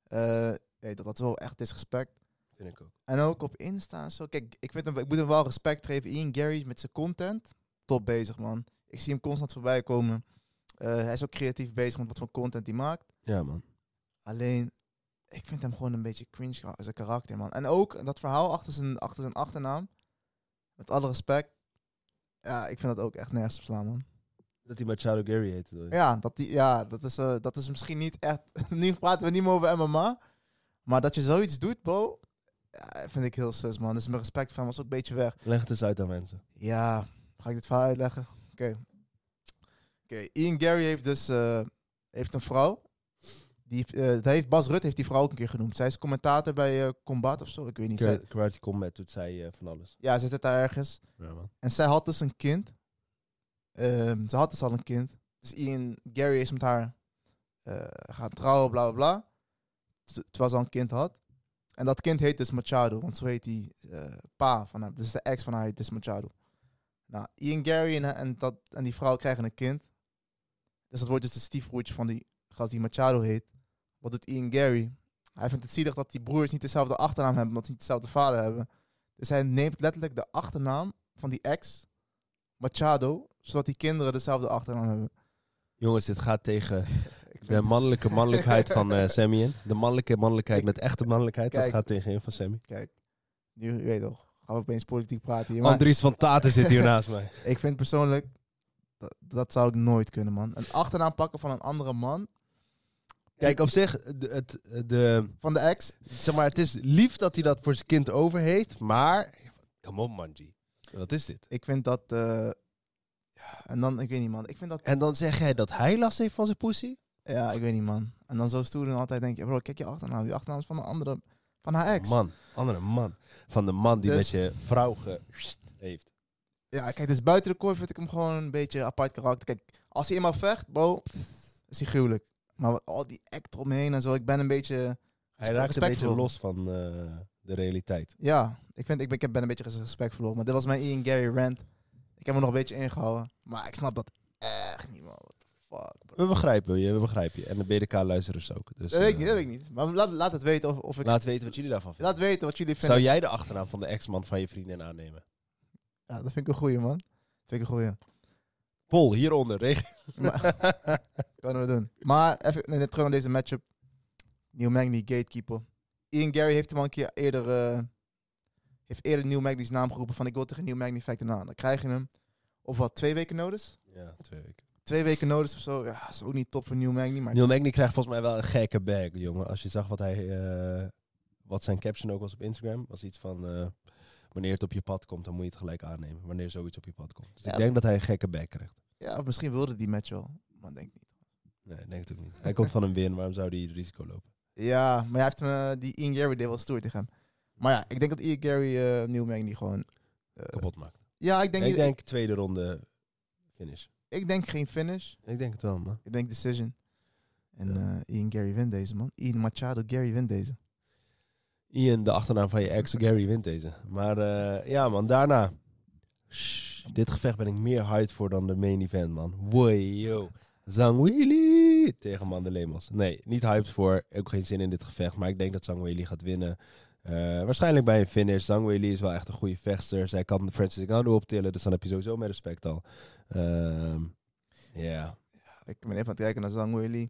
[SPEAKER 5] Eh, nee, dat was wel echt disrespect.
[SPEAKER 4] Vind ik ook.
[SPEAKER 5] En ook op Insta en zo. Kijk, ik, vind hem, ik moet hem wel respect geven. Ian Gary met zijn content. Top bezig, man. Ik zie hem constant voorbij komen. Eh, hij is ook creatief bezig met wat voor content hij maakt.
[SPEAKER 4] Ja, man.
[SPEAKER 5] Alleen, ik vind hem gewoon een beetje cringe ka- zijn karakter, man. En ook dat verhaal achter zijn, achter zijn achternaam. Met alle respect. Ja, ik vind dat ook echt nergens op slaan, man.
[SPEAKER 4] Dat hij Machado Gary heette. bedoel je?
[SPEAKER 5] Ja, dat, die, ja dat, is, eh, dat is misschien niet echt... nu praten we niet meer over MMA. Maar dat je zoiets doet, bro... Ja, vind ik heel sus, man. Dus mijn respect van hem was ook een beetje weg.
[SPEAKER 4] Leg het eens uit aan mensen.
[SPEAKER 5] Ja, ga ik dit verhaal uitleggen? Oké. Oké, Ian Gary heeft dus eh, heeft een vrouw. Die, eh, dat heeft, Bas Rut heeft die vrouw ook een keer genoemd. Zij is commentator bij eh, Combat of zo, ik weet niet. Zij-
[SPEAKER 4] Kar- Karate Combat doet zij eh, van alles.
[SPEAKER 5] ja, zij zit daar ergens.
[SPEAKER 4] Ja, man.
[SPEAKER 5] En zij had dus een kind. Ehm, ze had dus al een kind. Dus Ian Gary is met haar eh, gaan trouwen, bla bla bla. T- Terwijl ze al een kind had. En dat kind heet dus Machado, want zo heet die eh, pa van hem. Dus de ex van haar heet dus Machado. Nou, Ian Gary en, en, dat, en die vrouw krijgen een kind. Dus dat wordt dus de stiefbroertje van die gast die Machado heet. Wat doet Ian Gary? Hij vindt het zielig dat die broers niet dezelfde achternaam hebben, omdat ze niet dezelfde vader hebben. Dus hij neemt letterlijk de achternaam van die ex, Machado, zodat die kinderen dezelfde achternaam hebben.
[SPEAKER 4] Jongens, dit gaat tegen
[SPEAKER 5] Ik
[SPEAKER 4] de
[SPEAKER 5] vind-
[SPEAKER 4] mannelijke mannelijkheid van eh Sammy in. De mannelijke mannelijkheid met echte mannelijkheid. Dat
[SPEAKER 5] Kijk.
[SPEAKER 4] gaat tegen in van Sammy.
[SPEAKER 5] Nu, je weet toch, gaan we opeens politiek praten hier. Maar
[SPEAKER 4] Andries van Taten zit hier naast mij.
[SPEAKER 5] ik vind persoonlijk, dat, dat zou ik nooit kunnen, man. Een achternaam pakken van een andere man,
[SPEAKER 4] Kijk, op zich, de, het, de,
[SPEAKER 5] van de ex.
[SPEAKER 4] zeg maar, het is lief dat hij dat voor zijn kind over heeft, maar... Come on, Manji. Wat is dit?
[SPEAKER 5] Ik vind dat, eh, ja, en dan, ik weet niet, man. Ik vind dat,
[SPEAKER 4] En dan zeg jij dat hij last heeft van zijn pussy?
[SPEAKER 5] ja, ik weet niet, man. En dan zo stoer doen altijd denk je, bro, kijk je achternaam. Die achternaam is van een andere, van haar ex.
[SPEAKER 4] Man, andere man. Van de man die
[SPEAKER 5] Dus-
[SPEAKER 4] met je vrouw ge... heeft.
[SPEAKER 5] Ja, kijk, dus buiten de kooi vind ik hem gewoon een beetje een apart karakter. Kijk, als hij eenmaal vecht, bro, is hij gruwelijk. Maar wat- al die act eromheen en zo, ik ben een beetje...
[SPEAKER 4] Hij raakt een
[SPEAKER 5] respect
[SPEAKER 4] beetje
[SPEAKER 5] verloren.
[SPEAKER 4] los van eh, de realiteit.
[SPEAKER 5] Ja, ik, vind, ik, ben, ik ben een beetje res- respect verloren. Maar dit was mijn Ian Gary rant. Ik heb me nog een beetje ingehouden. Maar ik snap dat echt niet, man. What the fuck, bro.
[SPEAKER 4] We begrijpen je, we begrijpen je. En de BDK luisteren dus ook. Dus,
[SPEAKER 5] Dat weet ik
[SPEAKER 4] eh,
[SPEAKER 5] niet, dat weet ik niet. Maar laat, laat het weten of, of ik...
[SPEAKER 4] Laat weten wat jullie daarvan vinden.
[SPEAKER 5] Laat weten wat jullie vinden.
[SPEAKER 4] Zou jij de achternaam van de ex-man van je vriendin aannemen?
[SPEAKER 5] Ja, dat vind ik een goeie, man. Vind ik een goeie.
[SPEAKER 4] Pol, hieronder. Regen.
[SPEAKER 5] Maar, kunnen we doen. Maar even nee, terug naar deze matchup. Neil Magny, gatekeeper. Ian Gary heeft hem al een keer eerder... eh, heeft eerder Neil Magny's naam geroepen van... Ik wil tegen Neil Magny vechten aan. Dan krijg je hem... Of wat, twee weken notice?
[SPEAKER 4] Ja, twee weken.
[SPEAKER 5] Twee weken notice of zo. Ja, is ook niet top voor Neil Magny, maar...
[SPEAKER 4] Neil Magny krijgt volgens mij wel een gekke bag, jongen. Als je zag wat hij... eh, wat zijn caption ook was op Instagram. Was iets van... eh, wanneer het op je pad komt, dan moet je het gelijk aannemen. Wanneer zoiets op je pad komt. Dus
[SPEAKER 5] Ja.
[SPEAKER 4] ik denk dat hij een gekke bag krijgt.
[SPEAKER 5] Ja, of misschien wilde die match wel. Maar denk ik niet.
[SPEAKER 4] Nee, ik denk het ook niet. Hij komt van een win, waarom zou hij het risico lopen?
[SPEAKER 5] Ja, maar hij heeft me, die Ian Gary deed wel stoer tegen hem. Maar ja, ik denk dat Ian Gary eh Neil Magny gewoon... eh,
[SPEAKER 4] Kapot maakt.
[SPEAKER 5] ja, ik denk,
[SPEAKER 4] ik
[SPEAKER 5] niet-
[SPEAKER 4] denk tweede ronde finish.
[SPEAKER 5] ik, ik denk geen finish.
[SPEAKER 4] Ik denk het wel, man.
[SPEAKER 5] Ik denk decision. En eh, Ian Gary wint deze, man. Ian Machado Gary wint deze.
[SPEAKER 4] Ian, de achternaam van je ex, Gary, wint deze. Maar eh, ja, man, daarna. Shh, dit gevecht ben ik meer hyped voor dan de main event, man. Woyo. Zangwili tegen Mandelemos. Nee, niet hyped voor. Ook geen zin in dit gevecht. Maar ik denk dat Zangwili gaat winnen. Eh, waarschijnlijk bij een finish. Zangwili is wel echt een goede vechter. Zij kan Francis Ngannou optillen. Dus dan heb je sowieso meer respect al. Ehm, Ja.
[SPEAKER 5] Ik ben even aan het kijken naar Zhang Weili.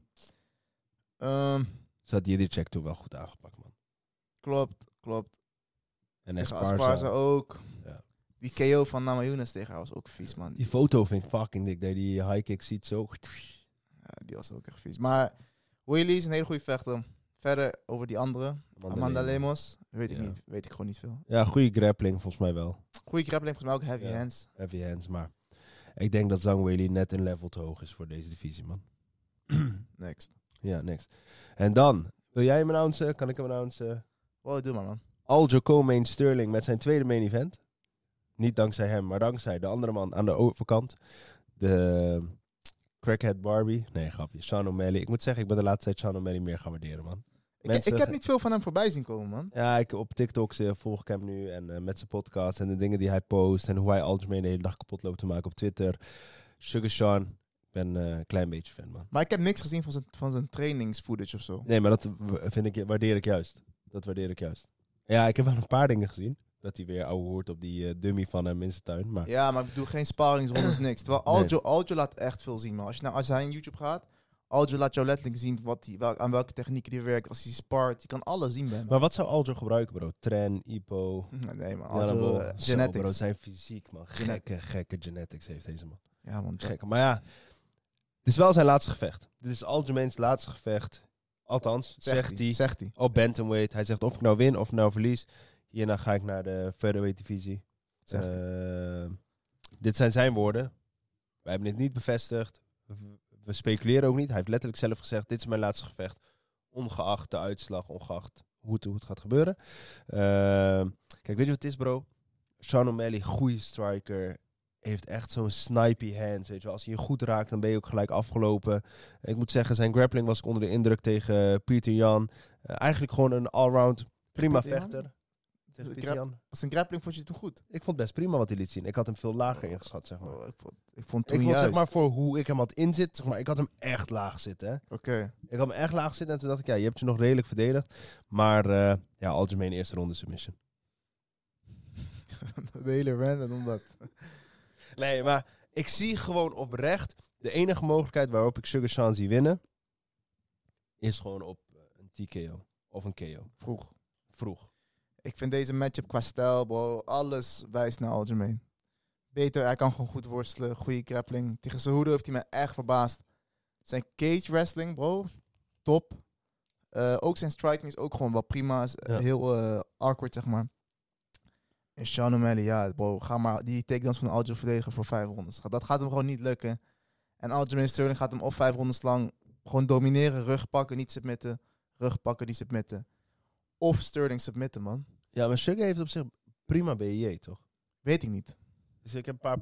[SPEAKER 5] Ehm,
[SPEAKER 4] Dus dat die check toen wel goed aangepakt, man.
[SPEAKER 5] klopt, klopt.
[SPEAKER 4] En
[SPEAKER 5] Tegen
[SPEAKER 4] Esparza.
[SPEAKER 5] Asparza ook.
[SPEAKER 4] Ja.
[SPEAKER 5] Die KO van Namajunas tegen haar was ook vies, man.
[SPEAKER 4] Die foto vind ik fucking dik. Dat je die high kick ziet zo.
[SPEAKER 5] Ja, die was ook echt vies. Maar Willy is een hele goede vechter. Verder over die andere. Amanda Lemos. Weet ik,
[SPEAKER 4] Ja.
[SPEAKER 5] niet, weet ik gewoon niet veel.
[SPEAKER 4] Ja, goede grappling volgens mij wel.
[SPEAKER 5] Goede grappling, volgens mij ook heavy
[SPEAKER 4] Ja.
[SPEAKER 5] hands.
[SPEAKER 4] Heavy hands, maar ik denk dat Zhang Weili net een level te hoog is voor deze divisie, man.
[SPEAKER 5] Next.
[SPEAKER 4] ja, niks. En dan, wil jij hem announcen? Kan ik hem announcen?
[SPEAKER 5] Wow, doe maar man.
[SPEAKER 4] Aljo Comain Sterling met zijn tweede main event. Niet dankzij hem, maar dankzij de andere man aan de overkant. De crackhead Barbie. Nee, grapje. Sean O'Malley. Ik moet zeggen, ik ben de laatste tijd Sean O'Malley meer gaan waarderen, man.
[SPEAKER 5] Ik,
[SPEAKER 4] Mensen-
[SPEAKER 5] ik heb niet veel van hem voorbij zien komen, man.
[SPEAKER 4] Ja, ik, op TikTok eh, volg ik hem nu. En eh, met zijn podcast en de dingen die hij post. En hoe hij algemeen de hele dag kapot loopt te maken op Twitter. Sugar Sean. Ik ben eh, een klein beetje fan, man.
[SPEAKER 5] Maar ik heb niks gezien van zijn, van zijn trainingsfootage of zo.
[SPEAKER 4] Nee, maar dat w- vind ik, waardeer ik juist. Dat waardeer ik juist. Ja, ik heb wel een paar dingen gezien. Dat hij weer ouwe hoort op die eh, dummy van hem in zijn tuin. Maar
[SPEAKER 5] Ja, maar ik bedoel geen sparingsrondes, niks. Terwijl
[SPEAKER 4] Nee.
[SPEAKER 5] Aljo, Aljo laat echt veel zien, man. Als, je nou, als hij in YouTube gaat, Aljo laat jou letterlijk zien wat die, wel, aan welke technieken die werkt. Als hij spart, je kan alles zien bij hem.
[SPEAKER 4] Maar wat zou Aljo gebruiken, bro? Tren, Ipo,
[SPEAKER 5] Nee, man. Aljo,
[SPEAKER 4] Narabo.
[SPEAKER 5] eh,
[SPEAKER 4] Zo, Bro,
[SPEAKER 5] genetics.
[SPEAKER 4] zijn fysiek, man. Gekke, gekke genetics heeft deze man.
[SPEAKER 5] Ja, man.
[SPEAKER 4] Gekke. Maar ja, het is wel zijn laatste gevecht. Dit is Algemeens laatste gevecht. Althans, zegt hij. eh,
[SPEAKER 5] Zegt hij.
[SPEAKER 4] Op bantamweight. Hij zegt of ik nou win of nou verlies. Hierna ga ik naar de featherweight divisie.
[SPEAKER 5] Zegt hij.
[SPEAKER 4] Eh, dit zijn zijn woorden. Wij hebben dit niet bevestigd. We speculeren ook niet. Hij heeft letterlijk zelf gezegd: dit is mijn laatste gevecht. Ongeacht de uitslag, ongeacht hoe het, hoe het gaat gebeuren. Eh, kijk, weet je wat het is, bro? Sean O'Malley, goede striker. Heeft echt zo'n snipey hand. Weet je wel. Als hij je goed raakt, dan ben je ook gelijk afgelopen. Ik moet zeggen, zijn grappling was ik onder de indruk tegen Pieter Jan. Eh, eigenlijk gewoon een allround prima
[SPEAKER 5] Pieter Jan?
[SPEAKER 4] vechter. Tegen
[SPEAKER 5] Ik
[SPEAKER 4] Pieter
[SPEAKER 5] heb-
[SPEAKER 4] Jan.
[SPEAKER 5] Zijn grappling vond je toen goed?
[SPEAKER 4] Ik vond best prima wat hij liet zien. Ik had hem veel lager ingeschat, zeg maar.
[SPEAKER 5] Oh, ik, vond, ik vond toen
[SPEAKER 4] Ik vond,
[SPEAKER 5] juist.
[SPEAKER 4] zeg maar, voor hoe ik hem had inzit, zeg maar, ik had hem echt laag zitten. Hè.
[SPEAKER 5] Oké.
[SPEAKER 4] Ik had hem echt laag zitten en toen dacht ik, ja, je hebt je nog redelijk verdedigd. Maar eh ja, algemeen eerste ronde submission.
[SPEAKER 5] de hele random omdat.
[SPEAKER 4] Nee, maar ik zie gewoon oprecht de enige mogelijkheid waarop ik Sugar Sean zie winnen, is gewoon op eh, een TKO of een KO.
[SPEAKER 5] Vroeg.
[SPEAKER 4] Vroeg.
[SPEAKER 5] Ik vind deze matchup qua stijl, bro, alles wijst naar Algemeen. Beter, hij kan gewoon goed worstelen, goede grappling. Tegen Cejudo heeft hij me echt verbaasd. Zijn cage wrestling, bro, top. Eh, ook zijn striking is ook gewoon wel prima. Is, eh,
[SPEAKER 4] Ja.
[SPEAKER 5] Heel eh, awkward, zeg maar. En Sean O'Malley, ja, bro, ga maar die takedowns van Aljo verdedigen voor vijf rondes. Dat gaat hem gewoon niet lukken. En Aljamain Sterling gaat hem of vijf rondes lang gewoon domineren, rug pakken, niet submitten. Rug pakken, niet submitten. Of Sterling submitten, man.
[SPEAKER 4] Ja, maar Sugar heeft op zich prima BJ, toch?
[SPEAKER 5] Weet ik niet.
[SPEAKER 4] Dus ik heb een paar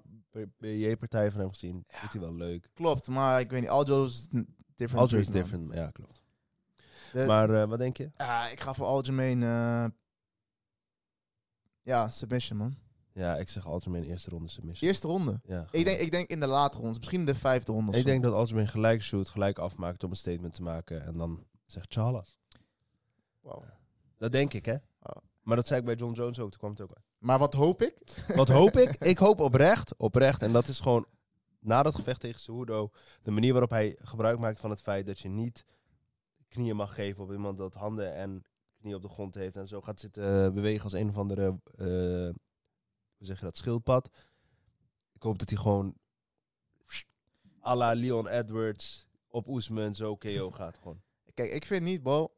[SPEAKER 4] BJ-partijen van hem gezien. Vindt hij wel leuk.
[SPEAKER 5] Klopt, maar ik weet niet. Aljo is n- different.
[SPEAKER 4] Aljo is
[SPEAKER 5] man.
[SPEAKER 4] different, ja, klopt.
[SPEAKER 5] De-
[SPEAKER 4] Maar eh, wat denk je?
[SPEAKER 5] Ja, Ah, ik ga voor Algemeen. ja, submission, man.
[SPEAKER 4] Ja, ik zeg Algemeen eerste ronde submission.
[SPEAKER 5] Eerste ronde.
[SPEAKER 4] Ja,
[SPEAKER 5] Ik denk, ik denk in de late rondes. Misschien in de vijfde ronde. of
[SPEAKER 4] ik
[SPEAKER 5] zo.
[SPEAKER 4] denk dat Algemeen gelijk shoot, gelijk afmaakt om een statement te maken. En dan zegt Charles.
[SPEAKER 5] Wauw.
[SPEAKER 4] Dat denk ik, hè?
[SPEAKER 5] Oh.
[SPEAKER 4] Maar dat zei ik bij John Jones ook, toen kwam het ook uit.
[SPEAKER 5] Maar wat hoop ik?
[SPEAKER 4] Wat hoop ik? Ik hoop oprecht, oprecht. En dat is gewoon na dat gevecht tegen Cejudo, de manier waarop hij gebruik maakt van het feit dat je niet knieën mag geven op iemand dat handen en knieën op de grond heeft en zo gaat zitten eh, bewegen als een of andere, eh, hoe zeg je dat, schildpad. Ik hoop dat hij gewoon à la Leon Edwards op Oesman zo KO gaat gewoon.
[SPEAKER 5] Kijk, ik vind niet, bro.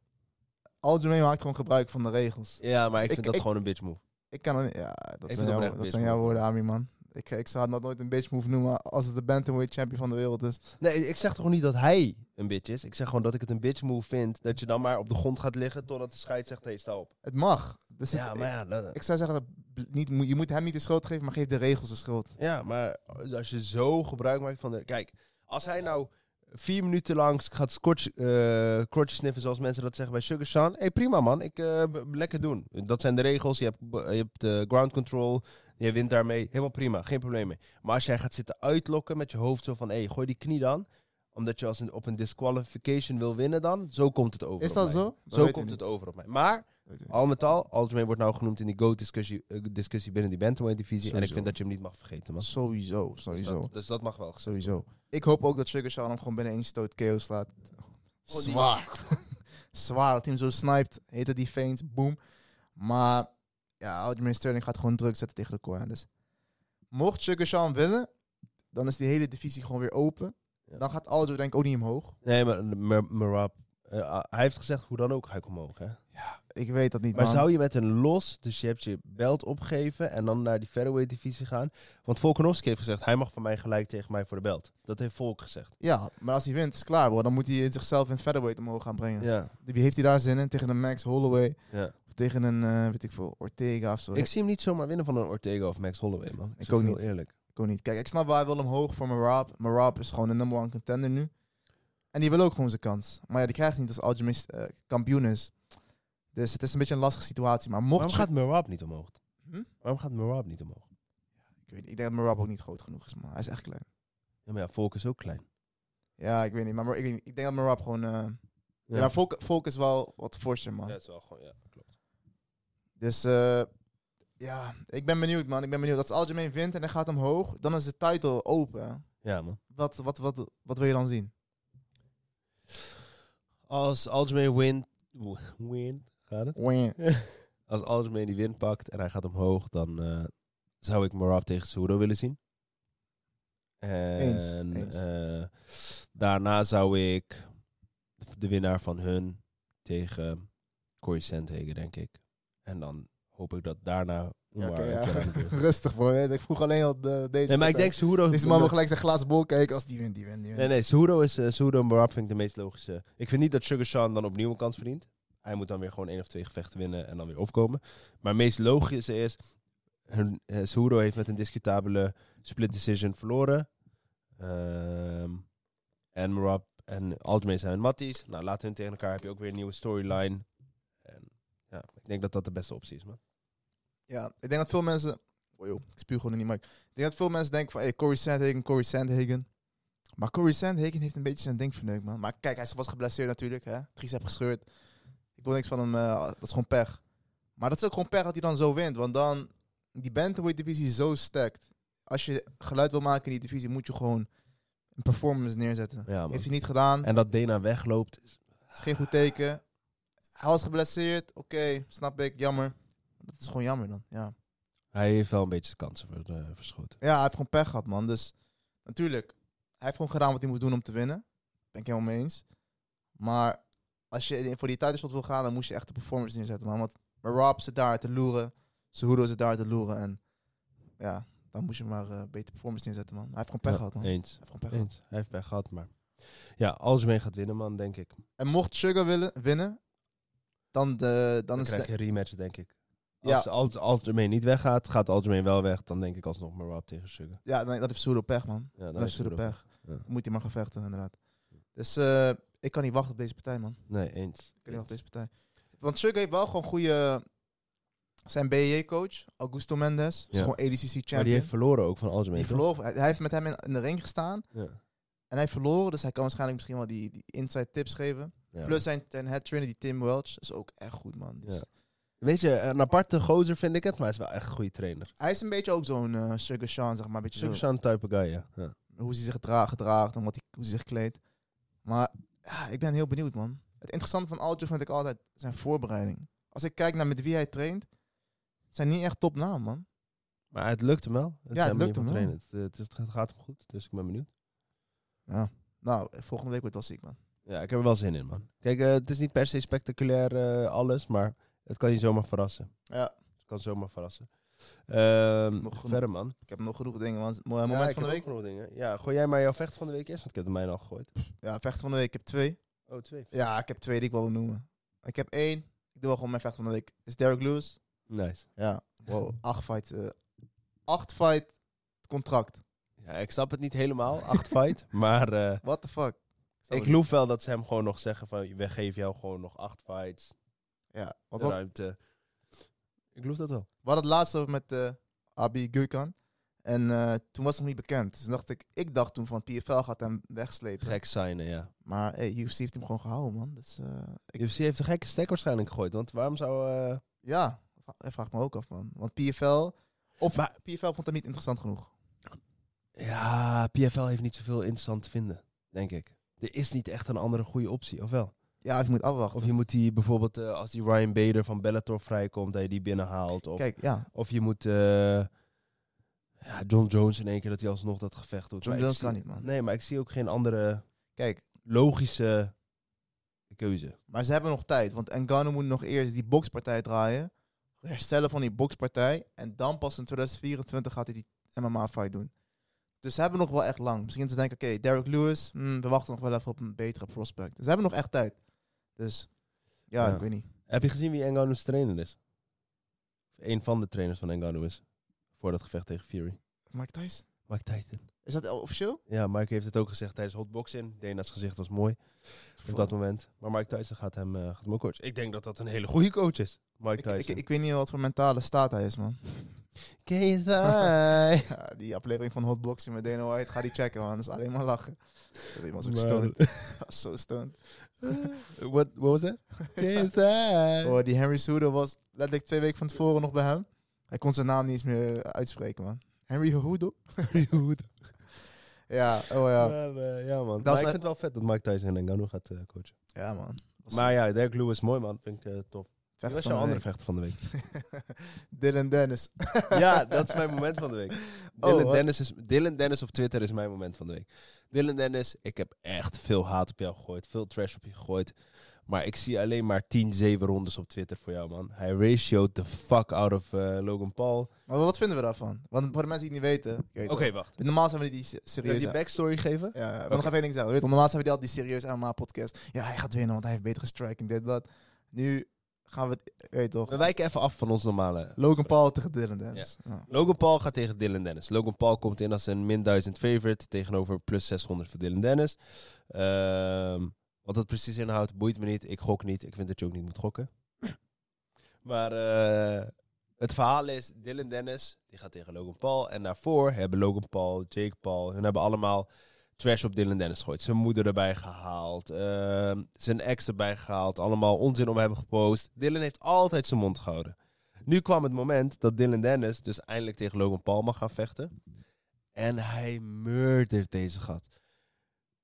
[SPEAKER 5] Algemeen maakt gewoon gebruik van de regels.
[SPEAKER 4] Ja, maar Dus ik
[SPEAKER 5] ik-
[SPEAKER 4] vind dat
[SPEAKER 5] ik-
[SPEAKER 4] gewoon een bitch move.
[SPEAKER 5] Ik kan het Ja, dat
[SPEAKER 4] vind
[SPEAKER 5] zijn,
[SPEAKER 4] het
[SPEAKER 5] jouw,
[SPEAKER 4] oprecht
[SPEAKER 5] dat
[SPEAKER 4] bitch
[SPEAKER 5] zijn jouw
[SPEAKER 4] move.
[SPEAKER 5] woorden, Ami, man. Ik, ik zou het nog nooit een bitch move noemen als het de bantamweight champion van de wereld is.
[SPEAKER 4] Nee, ik zeg toch niet dat hij een bitch is. Ik zeg gewoon dat ik het een bitch move vind. Dat je dan maar op de grond gaat liggen totdat de scheid zegt, hé, sta op.
[SPEAKER 5] Het mag. Dus het-
[SPEAKER 4] Ja, maar ja, dat-
[SPEAKER 5] ik, ik zou zeggen, dat bl- niet, moet- je moet hem niet de schuld geven, maar geef de regels de schuld.
[SPEAKER 4] ja, maar als je zo gebruik maakt van de... Kijk, als hij nou vier minuten lang gaat crotch, eh, crotch sniffen, zoals mensen dat zeggen bij Sugar Sean. Hé, prima man, ik, eh, b- lekker doen. Dat zijn de regels, je hebt, b- je hebt eh, ground control, je wint daarmee. Helemaal prima, geen probleem mee. Maar als jij gaat zitten uitlokken met je hoofd zo van, hé, gooi die knie dan. Omdat je als een, op een disqualification wil winnen dan, zo komt het over
[SPEAKER 5] Is
[SPEAKER 4] op
[SPEAKER 5] dat
[SPEAKER 4] mij.
[SPEAKER 5] zo? Dat
[SPEAKER 4] Zo
[SPEAKER 5] weet
[SPEAKER 4] komt
[SPEAKER 5] ik
[SPEAKER 4] het over op mij. Maar,
[SPEAKER 5] niet.
[SPEAKER 4] al met al, Algemeen wordt nou genoemd in die GOAT-discussie eh, discussie binnen die Bantamweight-divisie. En ik
[SPEAKER 5] Sowieso.
[SPEAKER 4] vind dat je hem niet mag vergeten, man.
[SPEAKER 5] Sowieso,
[SPEAKER 4] Dus
[SPEAKER 5] sowieso.
[SPEAKER 4] dat, dus dat mag wel. gezegd.
[SPEAKER 5] Sowieso. Ik hoop ook dat Sugar Sean hem gewoon binnen één stoot KO slaat.
[SPEAKER 4] die-
[SPEAKER 5] Zwaar. Zwaar dat hij hem zo snipt. Heet het die feint. Boom. Maar ja, Aljamain Sterling gaat gewoon druk zetten tegen de koor. Dus mocht Sugar Sean winnen, dan is die hele divisie gewoon weer open.
[SPEAKER 4] Ja.
[SPEAKER 5] Dan gaat Aljo denk ik ook niet omhoog.
[SPEAKER 4] Nee, maar Mer- Merab, eh, ah, hij heeft gezegd, hoe dan ook ga ik omhoog, hè.
[SPEAKER 5] Ik weet dat niet,
[SPEAKER 4] Maar
[SPEAKER 5] man.
[SPEAKER 4] zou je met een los, dus je hebt je belt opgeven en dan naar die featherweight-divisie gaan? Want Volkanovski heeft gezegd, hij mag van mij gelijk tegen mij voor de belt. Dat heeft Volk gezegd.
[SPEAKER 5] Ja, maar als hij wint, is het klaar, bro. Dan moet hij zichzelf in featherweight omhoog gaan brengen.
[SPEAKER 4] Ja.
[SPEAKER 5] Wie heeft hij daar zin in? Tegen een Max Holloway.
[SPEAKER 4] Ja.
[SPEAKER 5] Of tegen een, eh, weet ik veel, Ortega of zo.
[SPEAKER 4] Ik zie hem niet zomaar winnen van een Ortega of Max Holloway, man.
[SPEAKER 5] Ik
[SPEAKER 4] zeg
[SPEAKER 5] ook
[SPEAKER 4] heel
[SPEAKER 5] niet.
[SPEAKER 4] eerlijk.
[SPEAKER 5] Ik ook niet. Kijk, ik snap waar hij wil omhoog voor Marab. Marab is gewoon de number one contender nu. En die wil ook gewoon zijn kans. Maar ja, die krijgt hij niet als Aljamain eh, kampioen is. Dus het is een beetje een lastige situatie. Maar mocht
[SPEAKER 4] Waarom
[SPEAKER 5] je-
[SPEAKER 4] gaat Merab niet omhoog?
[SPEAKER 5] Hm?
[SPEAKER 4] Waarom gaat Merab niet omhoog?
[SPEAKER 5] Ik, weet niet, ik denk dat Marab ook niet groot genoeg is, man. Hij is echt klein.
[SPEAKER 4] Ja, maar ja, Volk is ook klein.
[SPEAKER 5] Ja, ik weet niet. Maar Mar- ik, weet niet. ik denk dat Marab gewoon... eh
[SPEAKER 4] Ja.
[SPEAKER 5] ja, Volk, Volk is wel wat forser, man.
[SPEAKER 4] is wel gewoon, ja, klopt.
[SPEAKER 5] Dus eh, ja, ik ben benieuwd, man. Ik ben benieuwd. Als Aljamain wint en hij gaat omhoog, dan is de title open.
[SPEAKER 4] Ja, man.
[SPEAKER 5] Wat, wat, wat, wat wil je dan zien?
[SPEAKER 4] Als Algemeen wint... Win? Gaat het? Als Algemeen die win pakt en hij gaat omhoog, dan eh, zou ik Marab tegen Cejudo willen zien. En
[SPEAKER 5] Eens, eens.
[SPEAKER 4] eh, daarna zou ik de winnaar van hun tegen Corey Sandhagen, denk ik. En dan hoop ik dat daarna
[SPEAKER 5] Ja,
[SPEAKER 4] Omar
[SPEAKER 5] oké,
[SPEAKER 4] een
[SPEAKER 5] ja.
[SPEAKER 4] keer aan de beurt is.
[SPEAKER 5] Rustig, bro. Ik vroeg alleen al de, deze...
[SPEAKER 4] Nee, maar ik
[SPEAKER 5] partij.
[SPEAKER 4] denk Cejudo...
[SPEAKER 5] Deze man wil gelijk zijn glazen bol kijken als die wint, die wint, die wint.
[SPEAKER 4] Nee, nee, Cejudo, is, eh Cejudo en Barab vind ik de meest logische. Ik vind niet dat Sugar Sean dan opnieuw een kans verdient. Hij moet dan weer gewoon één of twee gevechten winnen en dan weer opkomen. Maar het meest logische is, hun, eh, Cejudo heeft met een discutabele split decision verloren. Ehm, en Marab en Algemeen zijn hun matties. Nou, laat hun tegen elkaar, heb je ook weer een nieuwe storyline. En, ja, ik denk dat dat de beste optie is, man.
[SPEAKER 5] Ja, ik denk dat veel mensen... Oh joh, ik spuug gewoon in die mic. Ik denk dat veel mensen denken van, hey, Corey Sandhagen, Corey Sandhagen. Maar Corey Sandhagen heeft een beetje zijn ding verneukt, man. Maar kijk, hij was geblesseerd natuurlijk, hè. Tricep gescheurd. Ik wil niks van hem, eh, dat is gewoon pech. Maar dat is ook gewoon pech dat hij dan zo wint. Want dan, die bantamweight divisie is zo stacked. Als je geluid wil maken in die divisie, moet je gewoon een performance neerzetten.
[SPEAKER 4] Ja, man.
[SPEAKER 5] heeft hij niet gedaan.
[SPEAKER 4] En dat Dana wegloopt.
[SPEAKER 5] is geen goed teken. Hij was geblesseerd. Oké, snap ik. Jammer. Dat is gewoon jammer dan. Ja.
[SPEAKER 4] Hij heeft wel een beetje zijn kansen ver- eh, verschoten.
[SPEAKER 5] ja, hij heeft gewoon pech gehad, man. Dus natuurlijk, hij heeft gewoon gedaan wat hij moest doen om te winnen. Ben ik helemaal mee eens. Maar als je voor die titelshot wil gaan, dan moest je echt de performance neerzetten, man. Want Rob zit daar te loeren. Cejudo zit daar te loeren. En ja, dan moest je maar eh beter performance neerzetten, man. Hij heeft gewoon pech
[SPEAKER 4] Ja,
[SPEAKER 5] gehad, man. Hij
[SPEAKER 4] Eens.
[SPEAKER 5] heeft gewoon pech gehad.
[SPEAKER 4] Eens. Hij heeft pech gehad, maar... Ja, Algemeen gaat winnen, man, denk ik.
[SPEAKER 5] En mocht Sugar willen, winnen, dan, de, dan,
[SPEAKER 4] Dan
[SPEAKER 5] is het
[SPEAKER 4] krijg je een rematch, denk ik.
[SPEAKER 5] Ja.
[SPEAKER 4] Als Al- Aljamain niet weggaat, gaat Aljamain wel weg. Dan denk ik alsnog Merab tegen Sugar.
[SPEAKER 5] Ja, dan, dat is Soero pech, man.
[SPEAKER 4] Ja,
[SPEAKER 5] Dat is Soero
[SPEAKER 4] het ook.
[SPEAKER 5] pech.
[SPEAKER 4] Ja.
[SPEAKER 5] Moet hij maar gaan vechten, inderdaad. Dus eh, ik kan niet wachten op deze partij, man.
[SPEAKER 4] Nee, eens.
[SPEAKER 5] Ik kan niet wachten op deze partij. Want Sugar heeft wel gewoon goede... eh, Zijn BJJ-coach, Augusto Mendes, is
[SPEAKER 4] Ja.
[SPEAKER 5] gewoon ADCC-champion.
[SPEAKER 4] Maar die heeft verloren ook van Aljamain,
[SPEAKER 5] Die
[SPEAKER 4] toch?
[SPEAKER 5] verloor, hij hij heeft met hem in, in de ring gestaan.
[SPEAKER 4] Ja.
[SPEAKER 5] En hij verloren, dus hij kan waarschijnlijk misschien wel die, die inside tips geven.
[SPEAKER 4] Ja.
[SPEAKER 5] Plus zijn, zijn head trainer, die Tim Welch, is ook echt goed, man. Dus
[SPEAKER 4] Ja. Weet je, een aparte gozer vind ik het, maar hij is wel echt een goede trainer.
[SPEAKER 5] Hij is een beetje ook zo'n eh, Sugar Sean, zeg maar. Een beetje
[SPEAKER 4] Sugar
[SPEAKER 5] zo,
[SPEAKER 4] Sean type guy, ja. ja.
[SPEAKER 5] hoe hij zich dra- gedraagt en wat hij, hoe hij zich kleedt. Maar ja, ik ben heel benieuwd, man. Het interessante van Aljo vind ik altijd zijn voorbereiding. Als ik kijk naar met wie hij traint, zijn niet echt topnaam, man.
[SPEAKER 4] Maar het lukt hem wel. Het
[SPEAKER 5] Ja,
[SPEAKER 4] zijn
[SPEAKER 5] het lukt
[SPEAKER 4] manier van
[SPEAKER 5] hem wel.
[SPEAKER 4] trainen. Het, het, het gaat hem goed, dus ik ben benieuwd.
[SPEAKER 5] Ja. Nou, volgende week wordt wel ziek, man.
[SPEAKER 4] Ja, ik heb er wel zin in, man. Kijk, eh, het is niet per se spectaculair eh, alles, maar het kan je zomaar verrassen.
[SPEAKER 5] Ja,
[SPEAKER 4] Het kan zomaar verrassen. Ehm,
[SPEAKER 5] Nog genoeg
[SPEAKER 4] verder, man.
[SPEAKER 5] ik heb nog genoeg dingen, man. Mo- eh,
[SPEAKER 4] Ja,
[SPEAKER 5] Moment
[SPEAKER 4] ik
[SPEAKER 5] van de
[SPEAKER 4] heb
[SPEAKER 5] week?
[SPEAKER 4] ook nog dingen. Ja, gooi jij maar jouw vecht van de week eerst, want ik heb de mijne al gegooid.
[SPEAKER 5] Ja, vechten van de week. Ik heb twee.
[SPEAKER 4] Oh, twee.
[SPEAKER 5] Ja, ik heb twee die ik wel wil noemen. Ik heb één. Ik doe wel gewoon mijn vecht van de week. Is Derek Lewis.
[SPEAKER 4] Nice.
[SPEAKER 5] Ja. Wow, acht fight. eh, acht fight contract.
[SPEAKER 4] Ja, ik snap het niet helemaal, acht fight. Maar eh,
[SPEAKER 5] What the fuck?
[SPEAKER 4] ik loef wel dat ze hem gewoon nog zeggen van, we geven jou gewoon nog acht fights,
[SPEAKER 5] Ja,
[SPEAKER 4] de
[SPEAKER 5] want wat,
[SPEAKER 4] ruimte. Ik loef dat wel.
[SPEAKER 5] we hadden het laatst over met eh, Abi Gurkan. En eh, toen was het nog niet bekend. Dus dacht ik, ik dacht toen van PFL gaat hem wegslepen.
[SPEAKER 4] Gek signen, ja.
[SPEAKER 5] Maar hey, UFC heeft hem gewoon gehouden, man. Dus eh, ik,
[SPEAKER 4] UFC heeft een gekke stek waarschijnlijk gegooid, want waarom zou... eh,
[SPEAKER 5] ja, va- eh, vraag me ook af, man. Want PFL, of
[SPEAKER 4] Maar-
[SPEAKER 5] PFL vond hem niet interessant genoeg.
[SPEAKER 4] Ja, PFL heeft niet zoveel interessant te vinden, denk ik. Er is niet echt een andere goede optie, of wel?
[SPEAKER 5] Ja, je moet afwachten.
[SPEAKER 4] Of je moet die bijvoorbeeld, eh, als die Ryan Bader van Bellator vrijkomt, dat je die binnenhaalt. Of,
[SPEAKER 5] Kijk, ja.
[SPEAKER 4] of je moet eh, ja, John Jones in één keer, dat hij alsnog dat gevecht doet.
[SPEAKER 5] John
[SPEAKER 4] Maar ik
[SPEAKER 5] Jones
[SPEAKER 4] zie-
[SPEAKER 5] kan niet, man.
[SPEAKER 4] Nee, maar ik zie ook geen andere
[SPEAKER 5] Kijk,
[SPEAKER 4] logische keuze.
[SPEAKER 5] Maar ze hebben nog tijd, want Engano moet nog eerst die bokspartij draaien. Herstellen van die bokspartij. En dan pas in 2024 gaat hij die MMA-fight doen. Dus ze hebben nog wel echt lang. Misschien te denken, oké, Derek Lewis, hmm, we wachten nog wel even op een betere prospect. Ze hebben nog echt tijd. Dus ja,
[SPEAKER 4] Ja.
[SPEAKER 5] ik weet niet.
[SPEAKER 4] Heb je gezien wie Engano's trainer is? Of een van de trainers van Engano is. Voor dat gevecht tegen Fury.
[SPEAKER 5] Mike Tyson?
[SPEAKER 4] Mike Tyson.
[SPEAKER 5] Is dat al officieel?
[SPEAKER 4] Ja, Mike heeft het ook gezegd tijdens hotboxing. Dena's gezicht was mooi op dat moment. Maar Mike Tyson gaat hem, eh, gaat hem ook coachen. Ik denk dat dat een hele goede coach is. Mike
[SPEAKER 5] Ik, ik,
[SPEAKER 4] Tyson.
[SPEAKER 5] ik weet niet wat voor mentale staat hij is, man. ah.
[SPEAKER 4] KSI.
[SPEAKER 5] Ja, die aflevering van Hotboxing met Dana White, ga die checken, man. Dat is alleen maar lachen. Dat iemand zo stoned. Zo stoned.
[SPEAKER 4] What, what Eh, was that? KSI.
[SPEAKER 5] Oh, die Henry Cejudo was letterlijk twee weken van tevoren nog bij hem. Hij kon zijn naam niet eens meer eh, uitspreken, man. Henry Cejudo? Ja, oh ja.
[SPEAKER 4] Maar, eh, ja, man.
[SPEAKER 5] mijn-
[SPEAKER 4] Maar ik vind het wel vet dat Mike Tyson en Engano gaat eh, coachen.
[SPEAKER 5] Ja, man. Was-
[SPEAKER 4] Maar ja, Derek Lewis, mooi man. Vind ik eh, tof. Wie
[SPEAKER 5] Vecht
[SPEAKER 4] was
[SPEAKER 5] van
[SPEAKER 4] jouw
[SPEAKER 5] de
[SPEAKER 4] andere
[SPEAKER 5] week.
[SPEAKER 4] vechter van de week?
[SPEAKER 5] Dylan Dennis.
[SPEAKER 4] ja, dat is mijn moment van de week. Dylan,
[SPEAKER 5] wat?
[SPEAKER 4] Dennis is, Dylan Dennis op Twitter is mijn moment van de week. Dylan Dennis, ik heb echt veel haat op jou gegooid. Veel trash op je gegooid. Maar ik zie alleen maar 10-7 rondes op Twitter voor jou, man. Hij ratioed the fuck out of eh, Logan Paul. Oké,
[SPEAKER 5] Maar wat vinden we daarvan? Want voor de mensen die het niet weten... ik weet het
[SPEAKER 4] wacht.
[SPEAKER 5] wel. Normaal zijn we die se-
[SPEAKER 4] Wil je
[SPEAKER 5] serieus...
[SPEAKER 4] die backstory geven?
[SPEAKER 5] Ja, ja, ik wil nog even één ding zeggen. Weet, je, normaal zijn we die altijd die serieus MMA-podcast. Ja, hij gaat winnen, want hij heeft betere strike en dit, dat. Nu gaan we... het- eh, Weet je toch?
[SPEAKER 4] We wijken even af van ons normale...
[SPEAKER 5] Logan Paul tegen Dylan Dennis. Ja.
[SPEAKER 4] Logan Paul gaat tegen Dylan Dennis. Logan Paul komt in als een min 1000 favorite tegenover plus 600 voor Dylan Dennis. Ehm, wat dat precies inhoudt, boeit me niet. Ik gok niet. Ik vind dat je ook niet moet gokken. Maar eh, het verhaal is, Dylan Dennis die gaat tegen Logan Paul. En daarvoor hebben Logan Paul, Jake Paul, hun hebben allemaal trash op Dylan Dennis gegooid. Zijn moeder erbij gehaald, ehm, zijn ex erbij gehaald. Allemaal onzin om hebben gepost. Dylan heeft altijd zijn mond gehouden. Nu kwam het moment dat Dylan Dennis dus eindelijk tegen Logan Paul mag gaan vechten. En hij murdert deze gat.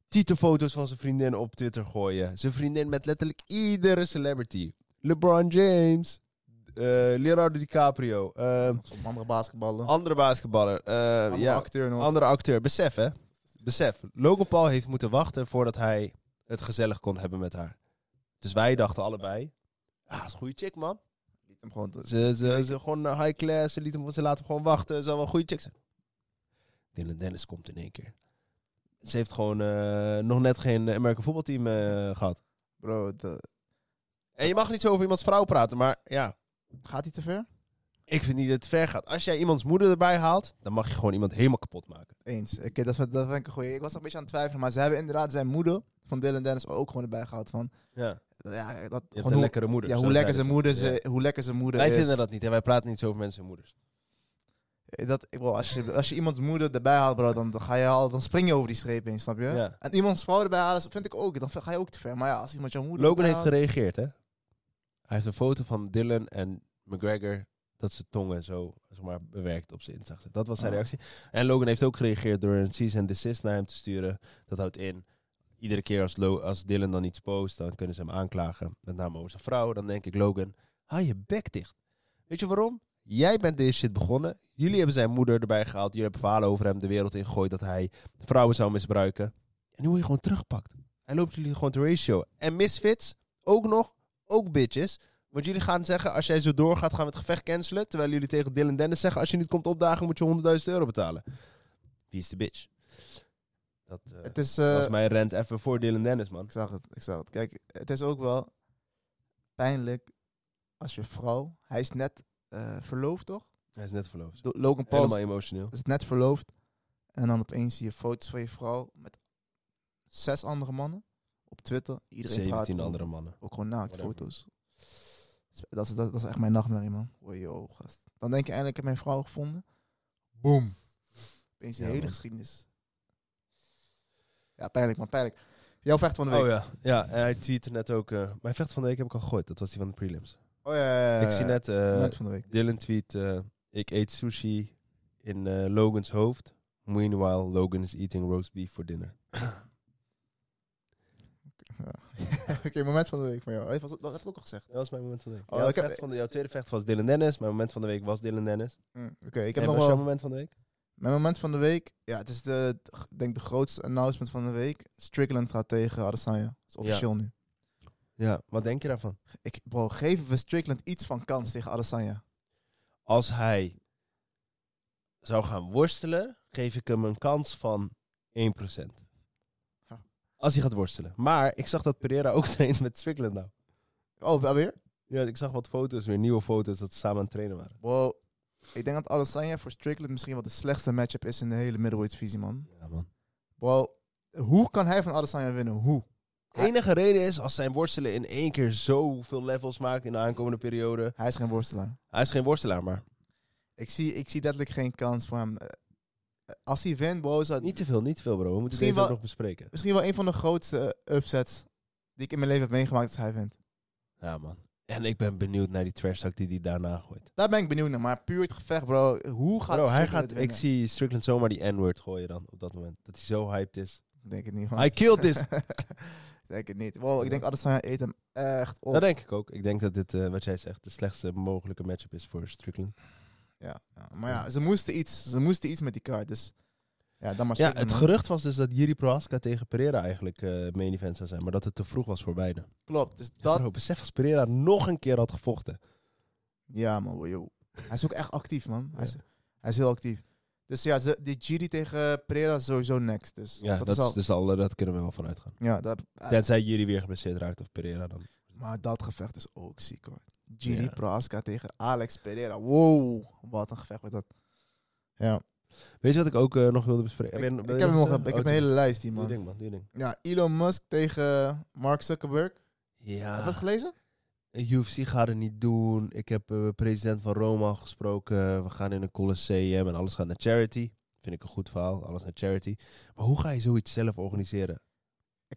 [SPEAKER 4] Titelfoto's van zijn vriendin op Twitter gooien. Zijn vriendin met letterlijk iedere celebrity. LeBron James, eh, Leonardo DiCaprio, eh,
[SPEAKER 5] Of andere basketballen.
[SPEAKER 4] andere basketballer, eh,
[SPEAKER 5] Andere
[SPEAKER 4] ja,
[SPEAKER 5] acteur nog.
[SPEAKER 4] andere acteur. Besef hè, besef. Logan Paul heeft moeten wachten voordat hij het gezellig kon hebben met haar. Dus wij dachten allebei, ah, is een goede chick man.
[SPEAKER 5] Liet hem gewoon te-
[SPEAKER 4] Ze, ze, ze gewoon eh, high class, ze, liet hem, ze laten hem gewoon wachten. Zou wel een goede check zijn. Dylan Dennis komt in één keer. Ze heeft gewoon eh, nog net geen American voetbalteam eh, gehad.
[SPEAKER 5] Bro, de-
[SPEAKER 4] En je mag niet zo over iemands vrouw praten, maar ja.
[SPEAKER 5] gaat hij te ver?
[SPEAKER 4] Ik vind niet dat het ver gaat. Als jij iemands moeder erbij haalt, dan mag je gewoon iemand helemaal kapot maken.
[SPEAKER 5] Eens. Oké, dat, is- dat vind ik een goeie. Ik was nog een beetje aan het twijfelen, maar ze hebben inderdaad zijn moeder van Dylan Dennis ook gewoon erbij gehaald. Van,
[SPEAKER 4] Ja.
[SPEAKER 5] ja, dat,
[SPEAKER 4] Je
[SPEAKER 5] gewoon
[SPEAKER 4] hebt
[SPEAKER 5] hoe,
[SPEAKER 4] een lekkere moeder.
[SPEAKER 5] ja,
[SPEAKER 4] zo
[SPEAKER 5] hoe, lekker zijn
[SPEAKER 4] zeiden
[SPEAKER 5] moeder
[SPEAKER 4] ze. eh,
[SPEAKER 5] ze, hoe lekker zijn moeder
[SPEAKER 4] Wij
[SPEAKER 5] is.
[SPEAKER 4] vinden dat niet en wij praten niet zo over mensen en moeders.
[SPEAKER 5] Eh, Dat, bro, als, je, als je iemands moeder erbij haalt, bro, dan, dan, ga je al, dan spring je over die streep heen, snap je?
[SPEAKER 4] Ja.
[SPEAKER 5] En iemands vrouw erbij halen, dat vind ik ook. Dan ga je ook te ver. Maar ja, als iemand jouw moeder.
[SPEAKER 4] Logan heeft
[SPEAKER 5] erbij
[SPEAKER 4] gereageerd, hè? Hij heeft een foto van Dylan en McGregor dat ze tongen zo zeg maar, bewerkt op zijn Insta gezet. Dat was zijn
[SPEAKER 5] Ah.
[SPEAKER 4] reactie. En Logan heeft ook gereageerd door een cease and desist naar hem te sturen. Dat houdt in, iedere keer als, Lo- als Dylan dan iets post, dan kunnen ze hem aanklagen. Met name over zijn vrouw. Dan denk ik, Logan, haal je bek dicht. Weet je waarom? Jij bent deze shit begonnen. Jullie hebben zijn moeder erbij gehaald. Jullie hebben verhalen over hem de wereld ingegooid dat hij vrouwen zou misbruiken. En nu word je gewoon teruggepakt. Hij loopt jullie gewoon te ratio. En misfits, ook nog, ook bitches. Want jullie gaan zeggen, als jij zo doorgaat, gaan we het gevecht cancelen. Terwijl jullie tegen Dylan Dennis zeggen, als je niet komt opdagen, moet je 100.000 euro betalen. Wie is de bitch? Dat eh,
[SPEAKER 5] haalt. Het is. eh,
[SPEAKER 4] was mijn rent even voor Dylan Dennis, man.
[SPEAKER 5] Ik zag het, ik zag het. Kijk, het is ook wel pijnlijk als je vrouw... Hij is net eh, verloofd, toch?
[SPEAKER 4] Hij is net verloofd.
[SPEAKER 5] Do- Logan
[SPEAKER 4] Helemaal
[SPEAKER 5] Paul
[SPEAKER 4] emotioneel.
[SPEAKER 5] is net verloofd. En dan opeens zie je foto's van je vrouw met zes andere mannen op Twitter. Iedereen praat
[SPEAKER 4] 17
[SPEAKER 5] erover.
[SPEAKER 4] andere mannen.
[SPEAKER 5] Ook gewoon naakt,
[SPEAKER 4] Whatever.
[SPEAKER 5] foto's. Dat is, dat, dat is echt mijn nachtmerrie, man. Oei, yo, gast. Dan denk je eindelijk, ik heb mijn vrouw gevonden. Boom. Opeens de
[SPEAKER 4] Ja,
[SPEAKER 5] hele
[SPEAKER 4] man.
[SPEAKER 5] geschiedenis. Ja, pijnlijk, man, pijnlijk. Jouw vecht van de week.
[SPEAKER 4] Oh ja, ja en hij tweette net ook... eh, mijn vecht van de week heb ik al gegooid. Dat was die van de prelims.
[SPEAKER 5] Oh, ja, ja, ja,
[SPEAKER 4] ik zie
[SPEAKER 5] ja.
[SPEAKER 4] net eh,
[SPEAKER 5] Moment van de week.
[SPEAKER 4] Dylan tweet... eh, ik eet sushi in eh, Logan's hoofd. Meanwhile, Logan is eating roast beef for dinner.
[SPEAKER 5] Oké, moment van de week van jou. Hey, was Dat dat heb ik ook al gezegd.
[SPEAKER 4] Dat was mijn moment van de week.
[SPEAKER 5] Oh,
[SPEAKER 4] jouw,
[SPEAKER 5] ik heb-
[SPEAKER 4] vecht van de- jouw tweede vecht was Dylan Dennis. Mijn moment van de week was Dylan Dennis.
[SPEAKER 5] Mm, Oké, ik heb
[SPEAKER 4] En
[SPEAKER 5] nog
[SPEAKER 4] wat is jouw
[SPEAKER 5] wel...
[SPEAKER 4] moment van de week?
[SPEAKER 5] Mijn moment van de week... Ja, het is de, ik denk de grootste announcement van de week. Strickland gaat tegen Adesanya. Dat is officieel nu.
[SPEAKER 4] Ja. Wat denk je daarvan?
[SPEAKER 5] Ik, bro, geven we Strickland iets van kans tegen Adesanya?
[SPEAKER 4] Als hij zou gaan worstelen, geef ik hem een kans van 1%.
[SPEAKER 5] Ha.
[SPEAKER 4] Als hij gaat worstelen. Maar ik zag dat Pereira ook traint met Strickland nou.
[SPEAKER 5] Oh, wel weer?
[SPEAKER 4] Ja, ik zag wat foto's, weer nieuwe foto's, dat ze samen aan het trainen waren.
[SPEAKER 5] Bro, ik denk dat Adesanya voor Strickland misschien wel de slechtste matchup is in de hele middleweight divisie, man.
[SPEAKER 4] Ja, man.
[SPEAKER 5] Bro, hoe kan hij van Adesanya winnen? Hoe?
[SPEAKER 4] De enige reden is, als zijn worstelen in één keer zoveel levels maakt in de aankomende periode.
[SPEAKER 5] Hij is geen worstelaar.
[SPEAKER 4] Hij is geen worstelaar, maar
[SPEAKER 5] Ik zie, ik zie letterlijk geen kans voor hem. Eh, Als hij wint, bro, zou
[SPEAKER 4] niet te veel, niet te veel bro. We moeten
[SPEAKER 5] Misschien
[SPEAKER 4] deze ook
[SPEAKER 5] wel-
[SPEAKER 4] nog bespreken.
[SPEAKER 5] misschien wel een van de grootste eh, upsets die ik in mijn leven heb meegemaakt als hij wint.
[SPEAKER 4] Ja, man. En ik ben benieuwd naar die trash talk die hij daarna gooit.
[SPEAKER 5] Daar ben ik benieuwd naar, maar puur het gevecht, bro. Hoe gaat
[SPEAKER 4] Bro, hij
[SPEAKER 5] Strickland
[SPEAKER 4] gaat,
[SPEAKER 5] het winnen?
[SPEAKER 4] ik zie Strickland zomaar die N-word gooien dan op dat moment. Dat hij zo hyped is.
[SPEAKER 5] Ik denk het niet, man.
[SPEAKER 4] I killed this!
[SPEAKER 5] Ik denk het niet. Wow, ik denk Adesanya eet hem echt op.
[SPEAKER 4] dat denk ik ook. Ik denk dat dit, eh, wat jij zegt, de slechtste mogelijke matchup is voor Strickland.
[SPEAKER 5] Ja, ja. Maar ja, ze moesten iets. Ze moesten iets met die kaart, dus... Ja, dan maar
[SPEAKER 4] Ja,
[SPEAKER 5] Strickland,
[SPEAKER 4] het
[SPEAKER 5] man.
[SPEAKER 4] gerucht was dus dat Jiri Prohaska tegen Pereira eigenlijk eh main event zou zijn. Maar dat het te vroeg was voor beide.
[SPEAKER 5] Klopt, dus dat...
[SPEAKER 4] Bro, besef als Pereira nog een keer had gevochten.
[SPEAKER 5] Ja, man, wow, yo. Hij is ook echt actief, man. Hij, is,
[SPEAKER 4] Ja.
[SPEAKER 5] hij is heel actief. Dus ja, ze, die Giri tegen Pereira is sowieso next. Dus
[SPEAKER 4] Ja, dat,
[SPEAKER 5] is al...
[SPEAKER 4] is dus al, eh, dat kunnen we wel vanuit gaan.
[SPEAKER 5] Ja, dat, eh,
[SPEAKER 4] Tenzij Jiri weer geblesseerd raakt of Pereira dan.
[SPEAKER 5] Maar dat gevecht is ook ziek hoor. Giri
[SPEAKER 4] Ja.
[SPEAKER 5] Prohaska tegen Alex Pereira. Wow, wat een gevecht wordt dat. Ja,
[SPEAKER 4] Weet je wat ik ook eh, nog wilde bespreken?
[SPEAKER 5] ik,
[SPEAKER 4] Heb jij-
[SPEAKER 5] ik
[SPEAKER 4] wil je
[SPEAKER 5] heb, nog,
[SPEAKER 4] zeggen?
[SPEAKER 5] een- ik
[SPEAKER 4] Oh,
[SPEAKER 5] heb een hele lijst hier
[SPEAKER 4] doe je
[SPEAKER 5] man.
[SPEAKER 4] ding, man. Doe je ding.
[SPEAKER 5] Ja, Elon Musk tegen Mark Zuckerberg. Heb je
[SPEAKER 4] Ja.
[SPEAKER 5] dat gelezen?
[SPEAKER 4] UFC gaat het niet doen. Ik heb eh, president van Rome al gesproken. We gaan in een colosseum en alles gaat naar charity. Vind ik een goed verhaal. Alles naar charity. Maar hoe ga je zoiets zelf organiseren?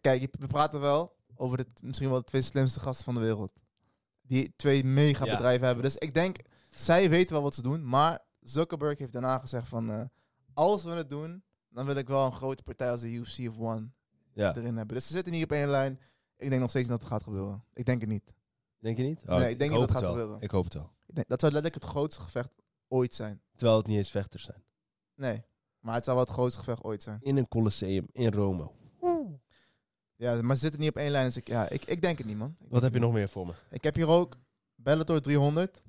[SPEAKER 5] Kijk, je- we praten wel over de, misschien wel de twee slimste gasten van de wereld. Die twee mega
[SPEAKER 4] Ja.
[SPEAKER 5] bedrijven hebben. Dus ik denk, zij weten wel wat ze doen. Maar Zuckerberg heeft daarna gezegd van... eh, als we het doen, dan wil ik wel een grote partij als de UFC of One
[SPEAKER 4] Ja,
[SPEAKER 5] erin hebben. Dus ze zitten niet op één lijn. Ik denk nog steeds dat het gaat gebeuren. Ik denk het niet.
[SPEAKER 4] denk je niet?
[SPEAKER 5] Nee, ik denk
[SPEAKER 4] hoop
[SPEAKER 5] niet dat het gaat
[SPEAKER 4] wel.
[SPEAKER 5] gebeuren.
[SPEAKER 4] Ik hoop het wel.
[SPEAKER 5] Ik denk, dat zou letterlijk het grootste gevecht ooit zijn.
[SPEAKER 4] Terwijl het niet eens vechters zijn.
[SPEAKER 5] Nee, maar het zou wel het grootste gevecht ooit zijn.
[SPEAKER 4] In een colosseum in Rome.
[SPEAKER 5] Ja, maar ze zitten niet op één lijn. Dus ik, ja, ik, ik denk het niet, man. Ik
[SPEAKER 4] Wat
[SPEAKER 5] denk
[SPEAKER 4] heb
[SPEAKER 5] het
[SPEAKER 4] je
[SPEAKER 5] niet.
[SPEAKER 4] nog meer voor me?
[SPEAKER 5] Ik heb hier ook Bellator 300.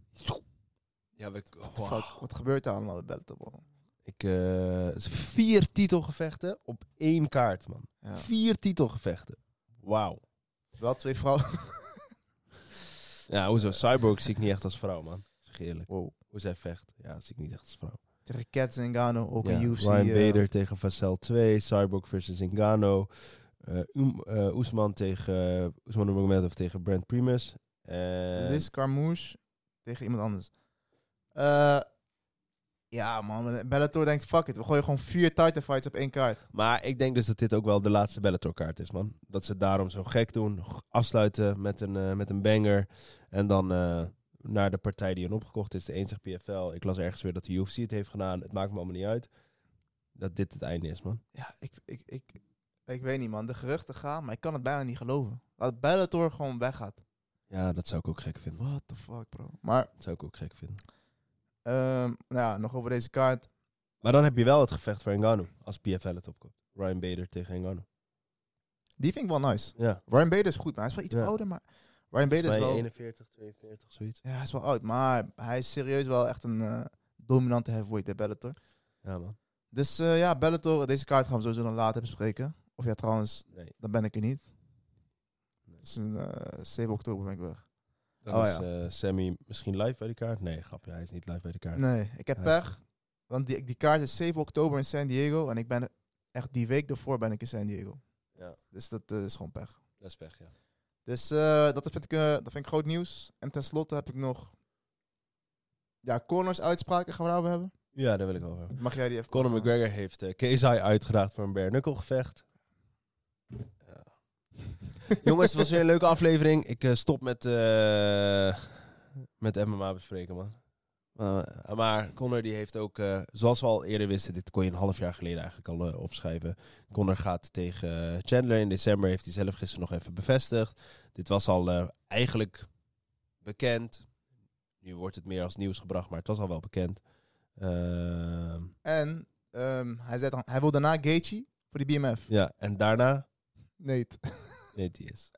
[SPEAKER 4] Ja, we,
[SPEAKER 5] Fuck, wat gebeurt er allemaal bij Bellator? bro?
[SPEAKER 4] Ik, eh, het is vier titelgevechten op één kaart, man.
[SPEAKER 5] Ja.
[SPEAKER 4] Vier titelgevechten. Wauw.
[SPEAKER 5] Wel twee vrouwen.
[SPEAKER 4] Ja, hoezo? Cyborg zie ik niet echt als vrouw, man. je eerlijk.
[SPEAKER 5] Wow.
[SPEAKER 4] Hoe zij vecht. Ja, dat zie ik niet echt als vrouw.
[SPEAKER 5] Tegen Cats en Gano, ook
[SPEAKER 4] Ja,
[SPEAKER 5] een UFC.
[SPEAKER 4] Ryan
[SPEAKER 5] eh,
[SPEAKER 4] Bader tegen Vassell 2. Cyborg versus Ngannou. eh Oem- eh, Oesman tegen eh, Oesman Nurmagomedov tegen Brent Primus. En
[SPEAKER 5] Liz Carmouche tegen iemand anders. Eh, ja, man. Bellator denkt, fuck it. We gooien gewoon vier title fights op één kaart.
[SPEAKER 4] Maar ik denk dus dat dit ook wel de laatste Bellator-kaart is, man. Dat ze het daarom zo gek doen. G- Afsluiten met een, eh, met een banger. En dan eh, naar de partij die hen opgekocht is. De een zegt PFL. Ik las ergens weer dat de UFC het heeft gedaan. Het maakt me allemaal niet uit. Dat dit het einde is, man.
[SPEAKER 5] Ja, ik, ik, ik, ik weet niet, man. De geruchten gaan, maar ik kan het bijna niet geloven. Dat Bellator gewoon weggaat.
[SPEAKER 4] Ja, dat zou ik ook gek vinden.
[SPEAKER 5] What the fuck, bro. Maar,
[SPEAKER 4] Dat zou ik ook gek vinden.
[SPEAKER 5] ehm, nou ja, nog over deze kaart.
[SPEAKER 4] Maar dan heb je wel het gevecht voor Ngannou. Als PFL het opkomt. Ryan Bader tegen Ngannou.
[SPEAKER 5] Die vind ik wel nice.
[SPEAKER 4] Ja.
[SPEAKER 5] Ryan Bader is goed, maar hij is wel iets
[SPEAKER 4] Ja.
[SPEAKER 5] ouder. Maar Ryan Bader is
[SPEAKER 4] Bij
[SPEAKER 5] wel...
[SPEAKER 4] 41, 42, zoiets.
[SPEAKER 5] Ja, hij is wel oud, maar hij is serieus wel echt een eh, dominante heavyweight bij Bellator.
[SPEAKER 4] Ja, man.
[SPEAKER 5] Dus eh, ja, Bellator, deze kaart gaan we sowieso dan later bespreken. Of ja, trouwens,
[SPEAKER 4] Nee.
[SPEAKER 5] dan ben ik er niet.
[SPEAKER 4] Nee.
[SPEAKER 5] Het is een, eh 7 oktober ben ik weg.
[SPEAKER 4] Dan
[SPEAKER 5] Oh,
[SPEAKER 4] is
[SPEAKER 5] ja.
[SPEAKER 4] eh, Sammy misschien live bij die kaart. Nee, grapje. Hij is niet live bij de kaart.
[SPEAKER 5] Nee, ik heb
[SPEAKER 4] Hij is-
[SPEAKER 5] pech. Want die, die kaart is 7 oktober in San Diego. En ik ben echt die week daarvoor ben ik in San Diego.
[SPEAKER 4] Ja.
[SPEAKER 5] Dus dat eh, is gewoon pech.
[SPEAKER 4] Dat is pech, ja.
[SPEAKER 5] Dus eh, dat, vind ik, eh, dat vind ik groot nieuws. En tenslotte heb ik nog... Ja, corners uitspraken gaan we daarover hebben.
[SPEAKER 4] Ja, daar wil ik over.
[SPEAKER 5] Mag jij die even...
[SPEAKER 4] Conor McGregor heeft eh KSI uitgedaagd voor een bare knuckle gevecht. Ja. Jongens, het was weer een leuke aflevering. Ik eh, stop met, eh, met MMA bespreken, man. Eh, maar Conor die heeft ook, eh, zoals we al eerder wisten, dit kon je een half jaar geleden eigenlijk al eh, opschrijven. Conor gaat tegen eh, Chandler in december, heeft hij zelf gisteren nog even bevestigd. Dit was al eh, eigenlijk bekend. Nu wordt het meer als nieuws gebracht, maar het was al wel bekend. Ehm
[SPEAKER 5] En ehm, hij, zei dan, hij wil daarna Gaethje voor die BMF.
[SPEAKER 4] Ja, en daarna...
[SPEAKER 5] Nee.
[SPEAKER 4] Nee, die is.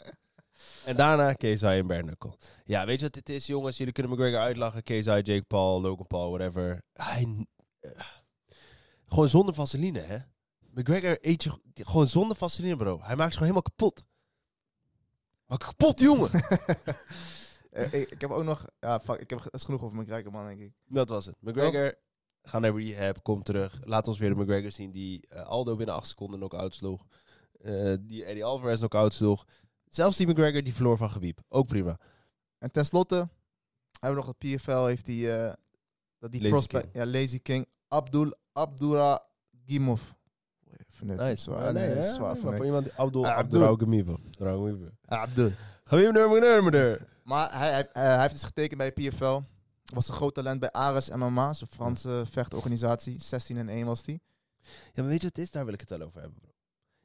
[SPEAKER 4] En daarna KSI en Bernacle. Ja, weet je wat dit is, jongens? Jullie kunnen McGregor uitlachen. KSI, Jake Paul, Logan Paul, whatever. Hij... eh, gewoon zonder vaseline, hè? McGregor eet je g- gewoon zonder vaseline, bro. Hij maakt ze gewoon helemaal kapot. Maar kapot, jongen!
[SPEAKER 5] Eh, ik, ik heb ook nog... Ja, fuck, ik heb, dat is genoeg over McGregor, man, denk ik.
[SPEAKER 4] Dat was het. McGregor, ga naar rehab, kom terug. Laat ons weer de McGregor zien die eh, Aldo binnen 8 seconden knock-out sloeg. Eh, die Eddie Alvarez knock-out sloeg. Zelfs die McGregor die verloor van Gebiep. Ook prima.
[SPEAKER 5] En tenslotte hebben we nog het PFL, heeft die, eh, dat die
[SPEAKER 4] Lazy
[SPEAKER 5] prospect, ja, Lazy King, Abdul Abdura Gimov. Vernut, zwaar, nee,
[SPEAKER 4] hè?
[SPEAKER 5] dat is zwaar
[SPEAKER 4] Nee,
[SPEAKER 5] vernut.
[SPEAKER 4] maar voor iemand die Abdul
[SPEAKER 5] Ah,
[SPEAKER 4] Abdul
[SPEAKER 5] Abdul.
[SPEAKER 4] Raugemivo. Raugemivo.
[SPEAKER 5] Ja, Abdul.
[SPEAKER 4] Gamim nummer nummer nummer.
[SPEAKER 5] Maar hij, hij, eh, hij heeft dus getekend bij PFL. Was een groot talent bij Ares MMA, zo'n Franse vechtorganisatie. 16 en 1 was die.
[SPEAKER 4] Ja, maar weet je wat het is? Daar wil ik het wel over hebben, bro.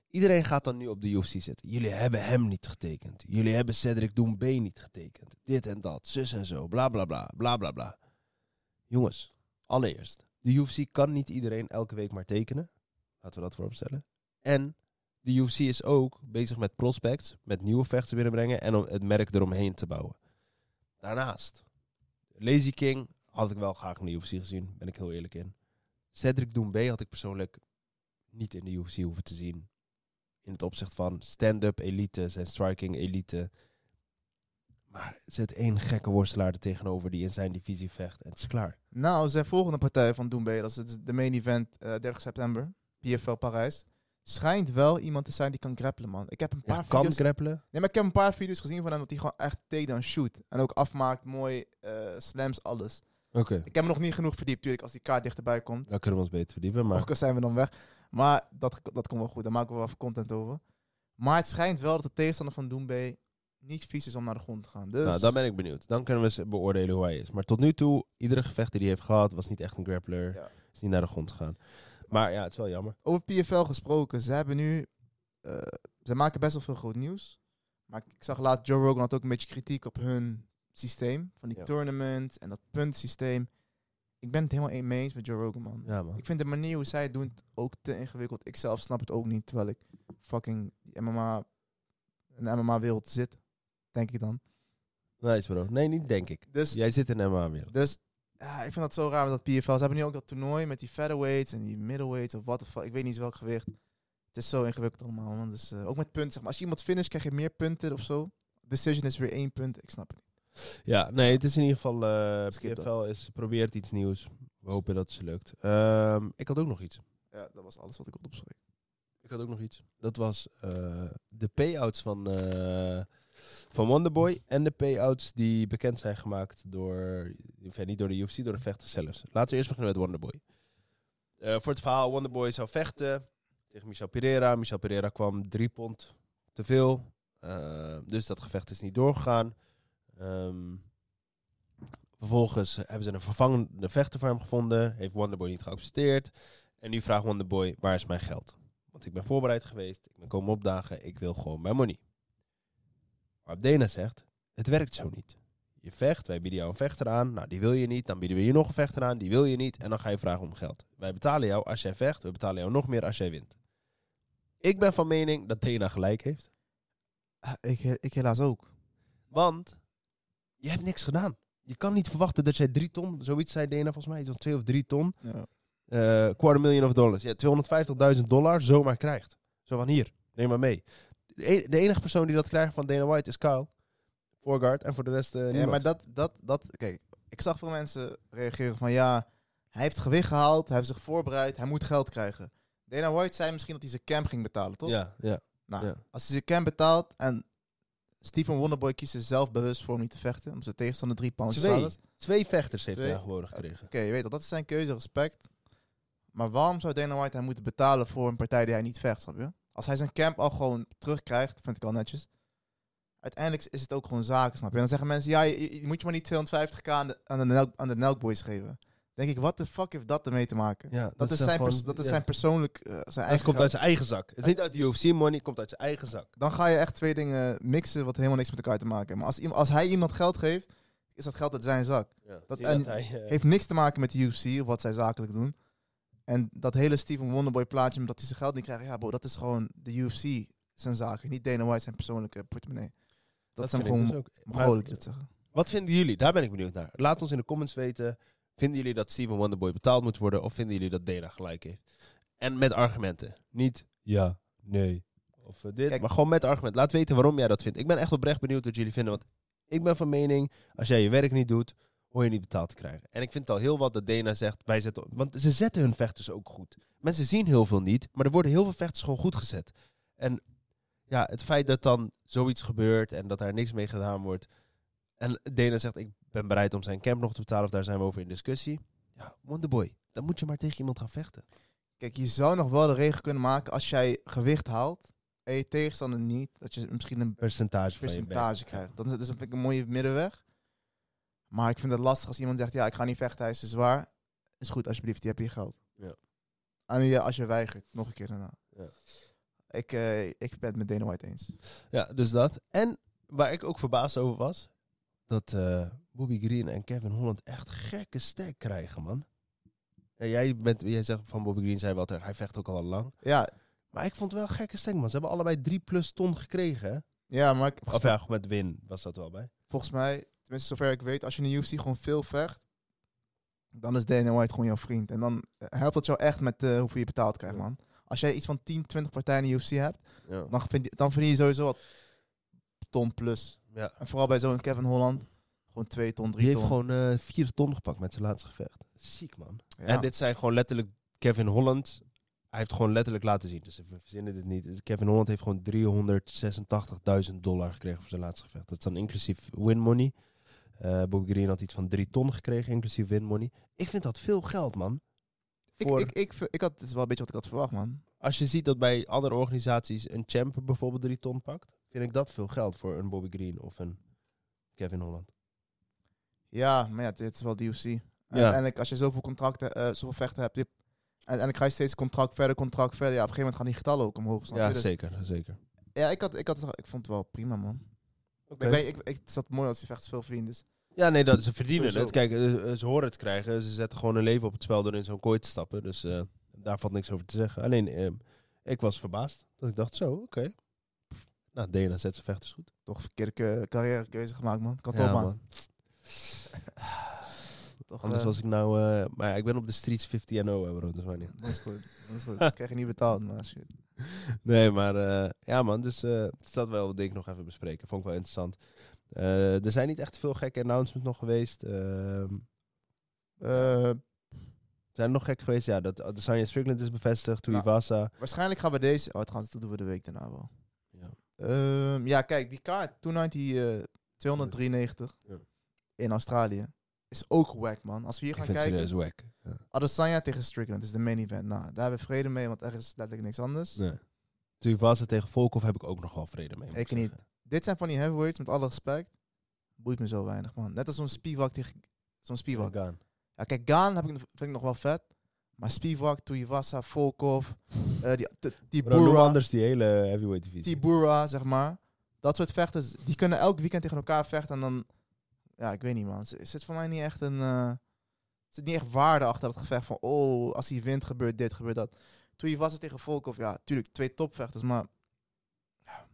[SPEAKER 4] Iedereen gaat dan nu op de UFC zitten. Jullie hebben hem niet getekend. Jullie hebben Cedric Doumbé niet getekend. Dit en dat, zus en zo, bla bla bla, bla bla bla. Jongens, allereerst. De UFC kan niet iedereen elke week maar tekenen. Laten we dat vooropstellen. En de UFC is ook bezig met prospects, met nieuwe vechters binnenbrengen en om het merk eromheen te bouwen. Daarnaast, Lazy King had ik wel graag in de UFC gezien, ben ik heel eerlijk in. Cedric Doumbé had ik persoonlijk niet in de UFC hoeven te zien. In het opzicht van stand-up elites en striking elite. Maar zet één gekke worstelaar er tegenover die in zijn divisie vecht en het is klaar.
[SPEAKER 5] Nou, zijn volgende partij van Doembe, dat is het- de main event eh, 30 september, PFL Parijs. Schijnt wel iemand te zijn die kan grappelen, man. Ik heb een paar
[SPEAKER 4] Ja, kan
[SPEAKER 5] video's...
[SPEAKER 4] grappelen.
[SPEAKER 5] Nee, maar ik heb een paar video's gezien van hem dat hij gewoon echt takedown shoot. En ook afmaakt, mooi, eh, slams, alles.
[SPEAKER 4] Oké.
[SPEAKER 5] Ik heb me nog niet genoeg verdiept, natuurlijk, als die kaart dichterbij komt.
[SPEAKER 4] Daar kunnen we ons beter verdiepen, maar...
[SPEAKER 5] Of zijn we dan weg. Maar dat, dat komt wel goed, daar maken we wel even content over. Maar het schijnt wel dat de tegenstander van Doembe niet vies is om naar de grond te gaan. Dus
[SPEAKER 4] Nou, dan ben ik benieuwd. Dan kunnen we ze beoordelen hoe hij is. Maar tot nu toe, iedere gevecht die hij heeft gehad, was niet echt een grappler.
[SPEAKER 5] Ja.
[SPEAKER 4] Is niet naar de grond gegaan. Maar ja, het is wel jammer.
[SPEAKER 5] Over PFL gesproken, ze hebben nu. eh, ze maken best wel veel groot nieuws. Maar ik zag laatst, Joe Rogan had ook een beetje kritiek op hun systeem. Van die
[SPEAKER 4] Ja.
[SPEAKER 5] tournament en dat puntsysteem. Ik ben het helemaal een- mee eens met Joe Rogan, man.
[SPEAKER 4] Ja, man.
[SPEAKER 5] Ik vind de manier hoe zij het doen ook te ingewikkeld. Ik zelf snap het ook niet, terwijl ik fucking die MMA, een MMA-wereld zit. Denk ik dan.
[SPEAKER 4] Nice, bro. Nee, niet denk ik.
[SPEAKER 5] Dus,
[SPEAKER 4] Jij zit in MMA weer.
[SPEAKER 5] dus ja, ik vind dat zo raar met dat PFL. Ze hebben nu ook dat toernooi met die featherweights en die middleweights of wat de fuck. Ik weet niet welk gewicht. Het is zo ingewikkeld allemaal, man. Dus, eh, ook met punten. Zeg maar. Als je iemand finish, krijg je meer punten of zo. Decision is weer één punt. Ik snap het niet.
[SPEAKER 4] Ja, nee, het is in ieder geval... eh
[SPEAKER 5] Skip dat.
[SPEAKER 4] PFL is, probeert iets nieuws. We hopen dat ze lukt. Ehm, ik had ook nog iets.
[SPEAKER 5] Ja, dat was alles wat ik kon opschrijven.
[SPEAKER 4] Ik had ook nog iets. Dat was eh, de payouts van, eh, van Wonderboy. En de payouts die bekend zijn gemaakt door... Enfin, niet door de UFC, door de vechters zelfs. Laten we eerst beginnen met Wonderboy. Eh, voor het verhaal, Wonderboy zou vechten tegen Michel Pereira. Michel Pereira kwam drie pond te veel. Eh, dus dat gevecht is niet doorgegaan. Ehm, vervolgens hebben ze een vervangende vechter voor hem gevonden. Heeft Wonderboy niet geaccepteerd. En nu vraagt Wonderboy, waar is mijn geld? Want ik ben voorbereid geweest, ik ben komen opdagen, ik wil gewoon mijn money. Maar Abdena zegt, het werkt zo niet. Je vecht, wij bieden jou een vechter aan, nou die wil je niet, dan bieden we je nog een vechter aan, die wil je niet, en dan ga je vragen om geld. Wij betalen jou als jij vecht, we betalen jou nog meer als jij wint. Ik ben van mening dat Dena gelijk heeft,
[SPEAKER 5] Ah, Ik, ik helaas ook.
[SPEAKER 4] want je hebt niks gedaan. Je kan niet verwachten dat jij drie ton, zoiets zei Dena volgens mij, iets van twee of drie ton,
[SPEAKER 5] Ja.
[SPEAKER 4] eh quarter million of dollars. Ja, 250.000 dollar zomaar krijgt. Zo van hier, neem maar mee. De, e- de enige persoon die dat krijgt van Dana White is Kyle. Voorgaard en voor de rest eh
[SPEAKER 5] Ja,
[SPEAKER 4] niemand.
[SPEAKER 5] maar dat, dat, dat, kijk, ik zag veel mensen reageren van ja, hij heeft gewicht gehaald, hij heeft zich voorbereid, hij moet geld krijgen. Dana White zei misschien dat hij zijn camp ging betalen, toch?
[SPEAKER 4] Ja, ja.
[SPEAKER 5] Nou,
[SPEAKER 4] Ja.
[SPEAKER 5] als hij zijn camp betaalt en Stephen Wonderboy kiest er zelf bewust voor om niet te vechten, om zijn tegenstander drie pounds te
[SPEAKER 4] Twee.
[SPEAKER 5] slaan. Oké,
[SPEAKER 4] Twee vechters heeft
[SPEAKER 5] Twee.
[SPEAKER 4] hij aangeboden gekregen.
[SPEAKER 5] je weet al, dat is zijn keuze, respect. Maar waarom zou Dana White hem moeten betalen voor een partij die hij niet vecht, snap je? Als hij zijn camp al gewoon terugkrijgt, vind ik al netjes. Uiteindelijk is het ook gewoon zaken, snap je? En dan zeggen mensen, ja, je, je- je moet je maar niet 250k aan de, aan de, Nelk, aan de Nelkboys geven. Dan denk ik, wat de fuck heeft dat ermee te maken?
[SPEAKER 4] Ja,
[SPEAKER 5] Dat, is, zijn,
[SPEAKER 4] gewoon-
[SPEAKER 5] pers- dat is
[SPEAKER 4] ja.
[SPEAKER 5] zijn persoonlijk, eh, zijn
[SPEAKER 4] Het
[SPEAKER 5] eigen
[SPEAKER 4] komt
[SPEAKER 5] geld.
[SPEAKER 4] uit zijn eigen zak. Het is niet uit de UFC money, het komt uit zijn eigen zak.
[SPEAKER 5] dan ga je echt twee dingen mixen wat helemaal niks met elkaar te maken hebben. Maar als, iemand- als hij iemand geld geeft, is dat geld uit zijn zak.
[SPEAKER 4] Ja,
[SPEAKER 5] Dat-
[SPEAKER 4] zie
[SPEAKER 5] en-
[SPEAKER 4] hij, eh,
[SPEAKER 5] Heeft niks te maken met de UFC of wat zij zakelijk doen. En dat hele Steven Wonderboy plaatje, omdat hij zijn geld niet krijgt, ja bro, dat is gewoon de UFC zijn zaken. Niet Dana White zijn persoonlijke portemonnee. Dat, zijn
[SPEAKER 4] vind ik
[SPEAKER 5] gewoon
[SPEAKER 4] dus ook. Maar-
[SPEAKER 5] Mongolen die dat zeggen.
[SPEAKER 4] Wat vinden jullie? Daar ben ik benieuwd naar. Laat ons in de comments weten. Vinden jullie dat Steven Wonderboy betaald moet worden? Of vinden jullie dat Dana gelijk heeft? En met argumenten. Niet ja, nee. Of eh, dit.
[SPEAKER 5] Kijk.
[SPEAKER 4] Maar gewoon met argumenten. Laat weten waarom jij dat vindt. Ik ben echt oprecht benieuwd wat jullie vinden. Want ik ben van mening, als jij je werk niet doet, hoor je niet betaald te krijgen. En ik vind het al heel wat dat Dana zegt. Wij zetten, want ze zetten hun vechters ook goed. Mensen zien heel veel niet, maar er worden heel veel vechters gewoon goed gezet. En ja, het feit dat dan zoiets gebeurt en dat daar niks mee gedaan wordt. En Dana zegt, ik ben bereid om zijn camp nog te betalen. Of daar zijn we over in discussie. Ja, Wonderboy. Dan moet je maar tegen iemand gaan vechten.
[SPEAKER 5] Kijk, je zou nog wel de regel kunnen maken als jij gewicht haalt en je tegenstander niet, dat je misschien een
[SPEAKER 4] Percentage van je
[SPEAKER 5] percentage
[SPEAKER 4] back.
[SPEAKER 5] krijgt. Dat is, dat is vind ik een mooie middenweg. Maar ik vind het lastig als iemand zegt, ja, ik ga niet vechten, hij is te zwaar. Is goed, alsjeblieft, je hebt je geld.
[SPEAKER 4] Ja.
[SPEAKER 5] En ja, als je weigert, nog een keer daarna.
[SPEAKER 4] Ja.
[SPEAKER 5] Ik, eh, ik ben het met Dana White eens.
[SPEAKER 4] Ja, dus dat. En waar ik ook verbaasd over was. Dat eh, Bobby Green en Kevin Holland echt gekke stek krijgen, man. En jij, bent, jij zegt van Bobby Green, zei wel terecht, hij vecht ook al wel lang.
[SPEAKER 5] Ja,
[SPEAKER 4] Maar ik vond het wel een gekke stek, man. Ze hebben allebei drie plus ton gekregen, hè?
[SPEAKER 5] ja maar ik-
[SPEAKER 4] Of ja, met win was dat wel bij.
[SPEAKER 5] volgens mij, tenminste zover ik weet, als je in de UFC gewoon veel vecht, dan is Dana White gewoon jouw vriend. En dan eh, helpt dat jou echt met eh, hoeveel je betaald krijgt,
[SPEAKER 4] Ja.
[SPEAKER 5] man. Als jij iets van 10, 20 partijen in de UFC hebt,
[SPEAKER 4] Ja.
[SPEAKER 5] dan, vind je, dan verdien je sowieso wat ton plus.
[SPEAKER 4] ja.
[SPEAKER 5] En vooral bij zo'n Kevin Holland. Gewoon 2 ton, 3
[SPEAKER 4] Die
[SPEAKER 5] ton.
[SPEAKER 4] heeft gewoon eh, vier ton gepakt met zijn laatste gevecht. Ziek, man.
[SPEAKER 5] Ja.
[SPEAKER 4] En dit zijn gewoon letterlijk Kevin Holland. Hij heeft gewoon letterlijk laten zien. Dus we verzinnen dit niet. Dus Kevin Holland heeft gewoon 386.000 dollar gekregen voor zijn laatste gevecht. Dat is dan inclusief win money. Eh Bobby Green had iets van 3 ton gekregen, inclusief win money. Ik vind dat veel geld, man.
[SPEAKER 5] ik,
[SPEAKER 4] voor-
[SPEAKER 5] ik, ik, ver- ik had, dit is wel een beetje wat ik had verwacht, man.
[SPEAKER 4] Als je ziet dat bij andere organisaties een champ bijvoorbeeld 3 ton pakt, vind ik dat veel geld voor een Bobby Green of een Kevin Holland.
[SPEAKER 5] Ja, maar ja, dit is wel DLC. En Uiteindelijk, als je zoveel contracten, eh zoveel vechten hebt... Je, uiteindelijk ga je steeds contract verder, contract verder. Ja, op een gegeven moment gaan die getallen ook omhoog. snap
[SPEAKER 4] Ja,
[SPEAKER 5] je? Dus-
[SPEAKER 4] zeker, zeker.
[SPEAKER 5] Ja, ik, had, ik, had, het- ik vond het wel prima, man.
[SPEAKER 4] Oké.
[SPEAKER 5] Ik, weet- ik, ik, het zat mooi als die vechters veel verdienen. Dus.
[SPEAKER 4] Ja, nee, dat, ze verdienen
[SPEAKER 5] Sowieso.
[SPEAKER 4] het. Kijk, eh, ze horen het krijgen. Ze zetten gewoon hun leven op het spel door in zo'n kooi te stappen. Dus eh, daar valt niks over te zeggen. Alleen, eh, ik was verbaasd. Dat ik dacht, zo, oké. Nou, Dana zet zijn vechters goed.
[SPEAKER 5] Toch verkeerde ke- carrièrekeuze gemaakt, man. Kan
[SPEAKER 4] Ja,
[SPEAKER 5] toch, man.
[SPEAKER 4] man.
[SPEAKER 5] Toch,
[SPEAKER 4] Anders
[SPEAKER 5] eh,
[SPEAKER 4] was ik nou... eh, maar ja, ik ben op de streets 50 en 0, hè, bro. Dus waar niet.
[SPEAKER 5] Dat is goed. Dat is goed. Ik krijg je niet betaald, maar shit.
[SPEAKER 4] Nee, maar eh, ja man, dus eh, dus dat wel denk ik nog even bespreken. Vond ik wel interessant. Eh, er zijn niet echt veel gekke announcements nog geweest. Ehm,
[SPEAKER 5] Eh,
[SPEAKER 4] zijn er nog gek geweest? Ja, dat Adesanya Strickland is bevestigd.
[SPEAKER 5] Nou.
[SPEAKER 4] Tuivasa.
[SPEAKER 5] waarschijnlijk gaan we deze... Oh, trouwens, dat doen we de week daarna wel.
[SPEAKER 4] Ja.
[SPEAKER 5] Ehm, ja, kijk, die kaart, 290, eh 293
[SPEAKER 4] Ja.
[SPEAKER 5] in Australië, is ook wack, man. Als we hier
[SPEAKER 4] Ik
[SPEAKER 5] gaan
[SPEAKER 4] vind het
[SPEAKER 5] kijken,
[SPEAKER 4] serieus wack.
[SPEAKER 5] Adesanya tegen Strickland is de main event. Nou, daar hebben we vrede mee, want er is letterlijk niks anders.
[SPEAKER 4] Nee. Tuivasa tegen Volkov heb ik ook nog wel vrede mee. moet
[SPEAKER 5] Ik niet.
[SPEAKER 4] zeggen.
[SPEAKER 5] Dit zijn van die heavyweights, met alle respect. Boeit me zo weinig, man. Net als zo'n Spivak tegen... Zo'n Spivak.
[SPEAKER 4] Gaan.
[SPEAKER 5] Ja, kijk, Gaan heb ik, nog- vind ik nog wel vet. Maar Spivak, Tuivasa, Volkov, eh, die, t-
[SPEAKER 4] Bro, noem
[SPEAKER 5] Tibura,
[SPEAKER 4] anders die eh, hele heavyweight divisie.
[SPEAKER 5] Tibura, zeg maar. Dat soort vechters, die kunnen elk weekend tegen elkaar vechten. En dan, ja, ik weet niet, man. Er zit voor mij niet echt een... eh, er zit niet echt waarde achter dat gevecht van... Oh, als hij wint, gebeurt dit, gebeurt dat. Tuivasa tegen Volkov, ja, tuurlijk, twee topvechters, maar... ja,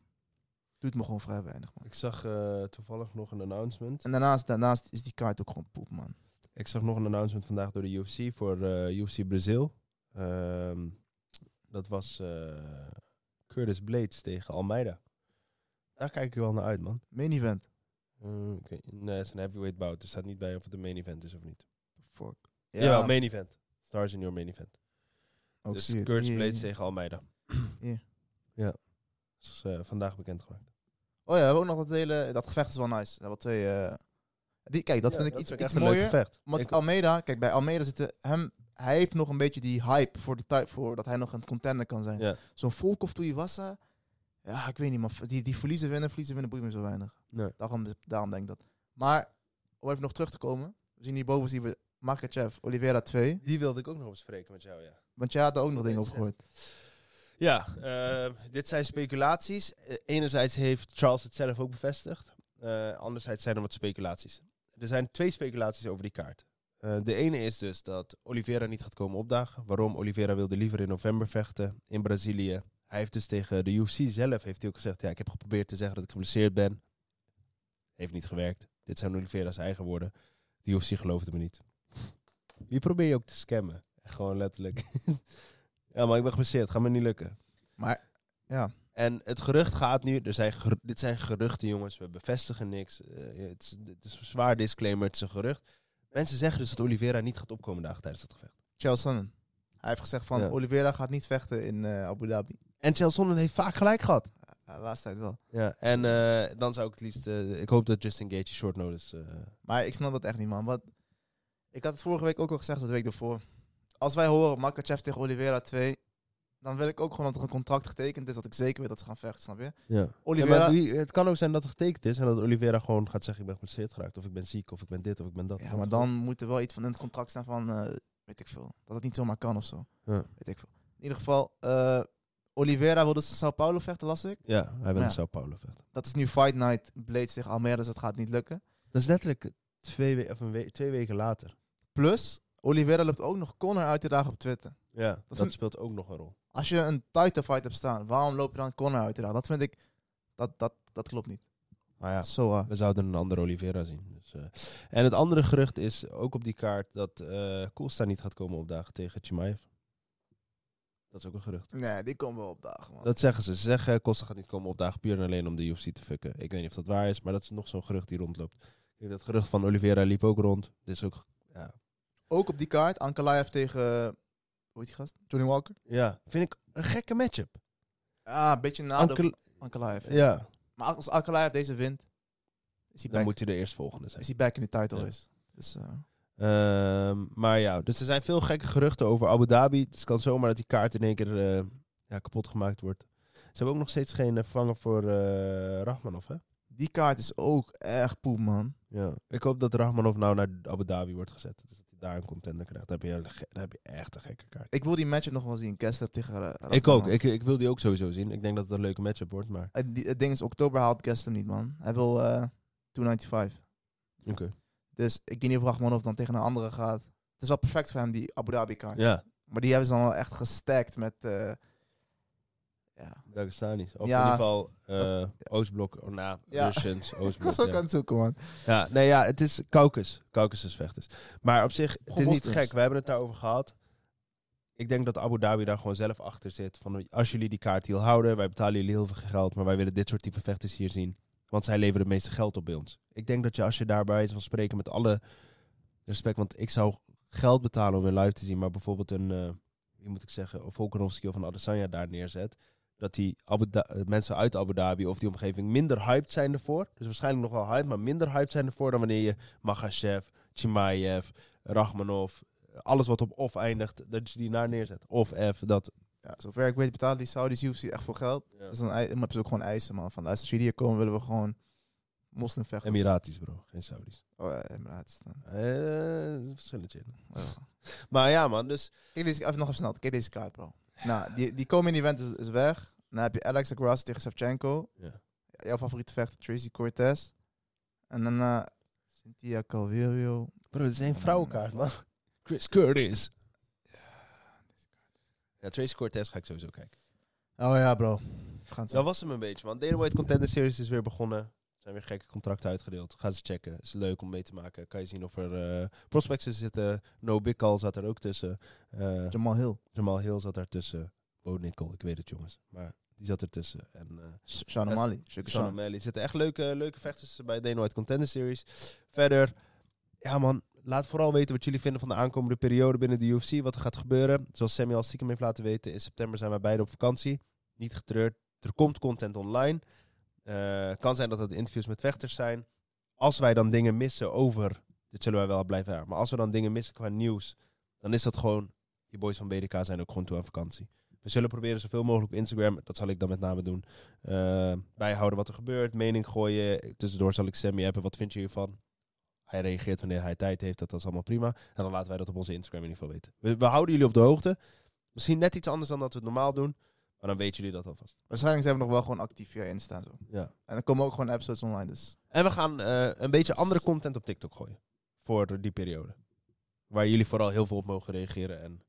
[SPEAKER 5] doet me gewoon vrij weinig, man.
[SPEAKER 4] Ik zag eh, toevallig nog een announcement.
[SPEAKER 5] En daarnaast, daarnaast is die kaart ook gewoon poep, man.
[SPEAKER 4] Ik zag nog een announcement vandaag door de UFC voor eh, UFC Brazil. Ehm, dat was eh, Curtis Blades tegen Almeida. Daar kijk ik wel naar uit, man.
[SPEAKER 5] Main event.
[SPEAKER 4] Mm, ik weet- Nee, het is een heavyweight bout. Er staat niet bij of het een main event is of niet.
[SPEAKER 5] Fuck.
[SPEAKER 4] Ja, Jawel, main event. Stars in your main event.
[SPEAKER 5] ook
[SPEAKER 4] dus
[SPEAKER 5] zie je het.
[SPEAKER 4] Curtis
[SPEAKER 5] Hier,
[SPEAKER 4] Blades
[SPEAKER 5] hier.
[SPEAKER 4] tegen Almeida.
[SPEAKER 5] Ja.
[SPEAKER 4] Ja. Is eh, vandaag bekendgemaakt.
[SPEAKER 5] Oh ja, we hebben ook nog dat hele... Dat gevecht is wel nice. We hebben twee... eh, die, kijk, dat
[SPEAKER 4] Ja,
[SPEAKER 5] vind ik iets,
[SPEAKER 4] vind
[SPEAKER 5] iets
[SPEAKER 4] echt een leuk
[SPEAKER 5] mooier.
[SPEAKER 4] gevecht.
[SPEAKER 5] Want
[SPEAKER 4] Ik-
[SPEAKER 5] Almeida... Kijk, bij Almeida zitten hem... Hij heeft nog een beetje die hype voor de tijd... Voor dat hij nog een contender kan zijn.
[SPEAKER 4] Ja.
[SPEAKER 5] Zo'n Volkov Tuivasa... Ja, ik weet niet, man. Die, die verliezen winnen, verliezen winnen boeit me zo weinig.
[SPEAKER 4] Nee.
[SPEAKER 5] Daarom, daarom denk ik dat. Maar, om even nog terug te komen. We zien hierboven zien we Makachev, Oliveira 2.
[SPEAKER 4] Die wilde ik ook nog bespreken met jou, ja.
[SPEAKER 5] Want jij had daar ook nog dingen over gehoord.
[SPEAKER 4] Ja, eh, dit zijn speculaties. Eh, Enerzijds heeft Charles het zelf ook bevestigd. Eh, anderzijds zijn er wat speculaties. Er zijn twee speculaties over die kaart. Eh, de ene is dus dat Oliveira niet gaat komen opdagen. Waarom? Oliveira wilde liever in november vechten in Brazilië. Hij heeft dus tegen de UFC zelf heeft hij ook gezegd... ja, ik heb geprobeerd te zeggen dat ik geblesseerd ben. Heeft niet gewerkt. Dit zijn Oliveira's eigen woorden. De UFC geloofde me niet. Wie probeer je ook te scammen? Gewoon letterlijk. ja, maar ik ben geblesseerd. Gaat me niet lukken.
[SPEAKER 5] Ja.
[SPEAKER 4] En het gerucht gaat nu, er zijn geru- dit zijn geruchten jongens, we bevestigen niks. Eh, het, is, het is een zwaar disclaimer, het is een gerucht. Mensen zeggen dus dat Oliveira niet gaat opkomen dagen tijdens dat gevecht.
[SPEAKER 5] Chael Sonnen. Hij heeft gezegd van
[SPEAKER 4] Ja.
[SPEAKER 5] Oliveira gaat niet vechten in eh, Abu Dhabi.
[SPEAKER 4] En Chael Sonnen heeft vaak gelijk gehad.
[SPEAKER 5] Ja, de laatste tijd wel.
[SPEAKER 4] Ja, en eh, dan zou ik het liefst, eh, ik hoop dat Justin Gage short notice... eh,
[SPEAKER 5] Maar ik snap dat echt niet, man. Wat, ik had het vorige week ook al gezegd, of de week ervoor. Als wij horen Makachev tegen Oliveira 2, dan wil ik ook gewoon dat er een contract getekend is. Dat ik zeker weet dat ze gaan vechten, snap je?
[SPEAKER 4] ja.
[SPEAKER 5] Oliveira,
[SPEAKER 4] maar wie- het kan ook zijn dat het getekend is en dat Oliveira gewoon gaat zeggen ik ben geblesseerd geraakt of ik ben ziek of ik ben dit of ik ben dat.
[SPEAKER 5] ja, maar dan moet er wel iets van in het contract staan van, eh, weet ik veel. Dat het niet zomaar kan of zo.
[SPEAKER 4] Ja.
[SPEAKER 5] Weet ik veel. In ieder geval, eh, Oliveira wilde dus in Sao Paulo vechten, las ik.
[SPEAKER 4] Ja, hij wil
[SPEAKER 5] Ja.
[SPEAKER 4] in Sao Paulo vechten.
[SPEAKER 5] Dat is nu Fight Night, Blades tegen Almeida, dus dat gaat niet lukken.
[SPEAKER 4] Dat is letterlijk twee, we- of een we- twee weken later.
[SPEAKER 5] Plus, Oliveira loopt ook nog Conor uit te dagen op Twitter.
[SPEAKER 4] Ja, dat,
[SPEAKER 5] vind-
[SPEAKER 4] speelt ook nog een rol.
[SPEAKER 5] Als je een title fight hebt staan, waarom loop je dan Conor uit te dagen? Dat vind ik, dat, dat, dat klopt niet.
[SPEAKER 4] Maar ja,
[SPEAKER 5] Zo hard.
[SPEAKER 4] We zouden een andere Oliveira zien. Dus, eh. En het andere gerucht is ook op die kaart dat eh Coolsta niet gaat komen opdagen tegen Chimaev. Dat is ook een gerucht.
[SPEAKER 5] Nee, die komt wel op dagen, man.
[SPEAKER 4] Dat zeggen ze. Ze zeggen Costa gaat niet komen opdagen puur en alleen om de UFC te fucken. Ik weet niet of dat waar is, maar dat is nog zo'n gerucht die rondloopt. Kijk, dat gerucht van Oliveira liep ook rond. Dit is ook...
[SPEAKER 5] Ook op die kaart, Ankalaev tegen, eh, hoe heet die gast? Johnny Walker.
[SPEAKER 4] Ja, vind ik een gekke matchup.
[SPEAKER 5] Ah, een beetje nadeel
[SPEAKER 4] Ankel-
[SPEAKER 5] van Ankalaev.
[SPEAKER 4] ja,
[SPEAKER 5] Maar als Ankalaev deze wint, is hij
[SPEAKER 4] dan
[SPEAKER 5] back,
[SPEAKER 4] moet hij de eerstvolgende zijn.
[SPEAKER 5] is hij back in de title
[SPEAKER 4] Ja.
[SPEAKER 5] is. Dus, eh,
[SPEAKER 4] Ehm, maar ja, dus er zijn veel gekke geruchten over Abu Dhabi. Dus het kan zomaar dat die kaart in één keer eh, ja, kapot gemaakt wordt. Ze hebben ook nog steeds geen eh, vervanger voor eh Rahmanov, hè?
[SPEAKER 5] die kaart is ook echt poep, man.
[SPEAKER 4] Ja. Ik hoop dat Rahmanov nou naar Abu Dhabi wordt gezet. Dus dat hij daar een contender krijgt. Dan heb je, een ge- dan heb je echt een gekke kaart.
[SPEAKER 5] Ik wil die matchup nog wel zien, Kester tegen eh,
[SPEAKER 4] Ik ook.
[SPEAKER 5] Rakhmonov.
[SPEAKER 4] Ik, ik wil die ook sowieso zien. Ik denk dat het een leuke matchup wordt, maar...
[SPEAKER 5] Het, die- het ding is, oktober haalt Guest hem niet, man. Hij wil eh 295.
[SPEAKER 4] Oké.
[SPEAKER 5] Dus ik weet niet of Rachmanov dan tegen een andere gaat. Het is wel perfect voor hem, die Abu Dhabi kaart.
[SPEAKER 4] Ja,
[SPEAKER 5] Maar die hebben ze dan wel echt gestackt met... eh, ja.
[SPEAKER 4] Dagestanisch. Of
[SPEAKER 5] Ja.
[SPEAKER 4] in ieder geval eh, Oostblok. Oh, nou,
[SPEAKER 5] Ja.
[SPEAKER 4] Russians,
[SPEAKER 5] Ik
[SPEAKER 4] Oostblok.
[SPEAKER 5] was ook
[SPEAKER 4] ja.
[SPEAKER 5] aan het zoeken, man.
[SPEAKER 4] Ja, nee, ja, het is Caucus. Caucasusvechters. Maar op zich, het is niet
[SPEAKER 5] moslims.
[SPEAKER 4] gek. We hebben het daarover gehad. Ik denk dat Abu Dhabi daar gewoon zelf achter zit. Van als jullie die kaart hier houden, wij betalen jullie heel veel geld, maar wij willen dit soort type vechters hier zien. Want zij leveren het meeste geld op bij ons. Ik denk dat je als je daarbij van spreken met alle respect, want ik zou geld betalen om een live te zien, maar bijvoorbeeld een, eh, wie moet ik zeggen, een Volkanovski of een Adesanya daar neerzet, dat die Abu Da- eh, mensen uit Abu Dhabi of die omgeving minder hyped zijn ervoor. Dus waarschijnlijk nog wel hyped, maar minder hyped zijn ervoor dan wanneer je Makhachev, Chimaev, Rachmanov, alles wat op of eindigt, dat je die naar neerzet. Of F, dat
[SPEAKER 5] Ja, zover ik weet betalen die Saudis UFC echt voor geld.
[SPEAKER 4] Ja.
[SPEAKER 5] Dus dan, ei- dan hebben ze ook gewoon eisen, man. Van luister, als jullie hier komen, willen we gewoon moslimvechters.
[SPEAKER 4] Emiratis bro, geen Saudis.
[SPEAKER 5] Oh, ja, Emiraat. dan- oh,
[SPEAKER 4] Eh, verschilletje.
[SPEAKER 5] ja.
[SPEAKER 4] Maar ja man, dus
[SPEAKER 5] Kijk deze, even nog even snel. Kijk deze kaart, bro. Nou, die, die komen in event is, is weg. Dan heb je Alex Grass tegen Savchenko.
[SPEAKER 4] Ja.
[SPEAKER 5] Jouw favoriete vechter, Tracy Cortez. En dan eh, Cynthia Calvillo.
[SPEAKER 4] Bro, dit is een vrouwenkaart, man. Chris Curtis. Ja, Tracy Cortez ga ik sowieso kijken.
[SPEAKER 5] Oh ja, bro. We gaan het
[SPEAKER 4] Dat was hem een beetje, man. Dana White Contender Series is weer begonnen. Er zijn weer gekke contracten uitgedeeld. Ga ze checken. Is leuk om mee te maken. Kan je zien of er eh, prospects in zitten. No Big Call zat er ook tussen. Eh
[SPEAKER 5] Jamal Hill.
[SPEAKER 4] Jamal Hill zat daar tussen. Bo Nickel, ik weet het jongens. Maar die zat ertussen. En eh,
[SPEAKER 5] Sh- Sean
[SPEAKER 4] Dat-
[SPEAKER 5] O'Malley. Sugar
[SPEAKER 4] Sean
[SPEAKER 5] Sean.
[SPEAKER 4] O'Malley. Er zitten echt leuke, leuke vechters bij Dana White Contender Series. Verder, ja man, laat vooral weten wat jullie vinden van de aankomende periode binnen de UFC. Wat er gaat gebeuren. Zoals Sammy al stiekem heeft laten weten, in september zijn wij beide op vakantie. Niet getreurd, er komt content online. Eh, kan zijn dat het interviews met vechters zijn. Als wij dan dingen missen over, dit zullen wij wel blijven herhalen, maar als we dan dingen missen qua nieuws, dan is dat gewoon, je boys van BDK zijn ook gewoon toe aan vakantie. We zullen proberen zoveel mogelijk op Instagram, dat zal ik dan met name doen, eh, bijhouden wat er gebeurt, mening gooien. Tussendoor zal ik Sammy appen, wat vind je hiervan? Hij reageert wanneer hij tijd heeft, dat dat is allemaal prima. En dan laten wij dat op onze Instagram in ieder geval weten. We, we houden jullie op de hoogte. Misschien net iets anders dan dat we het normaal doen, maar dan weten jullie dat alvast.
[SPEAKER 5] Waarschijnlijk zijn we nog wel gewoon actief via Insta en zo.
[SPEAKER 4] Ja.
[SPEAKER 5] En er komen ook gewoon episodes online, dus...
[SPEAKER 4] En we gaan eh, een beetje andere content op TikTok gooien. Voor die periode. Waar jullie vooral heel veel op mogen reageren en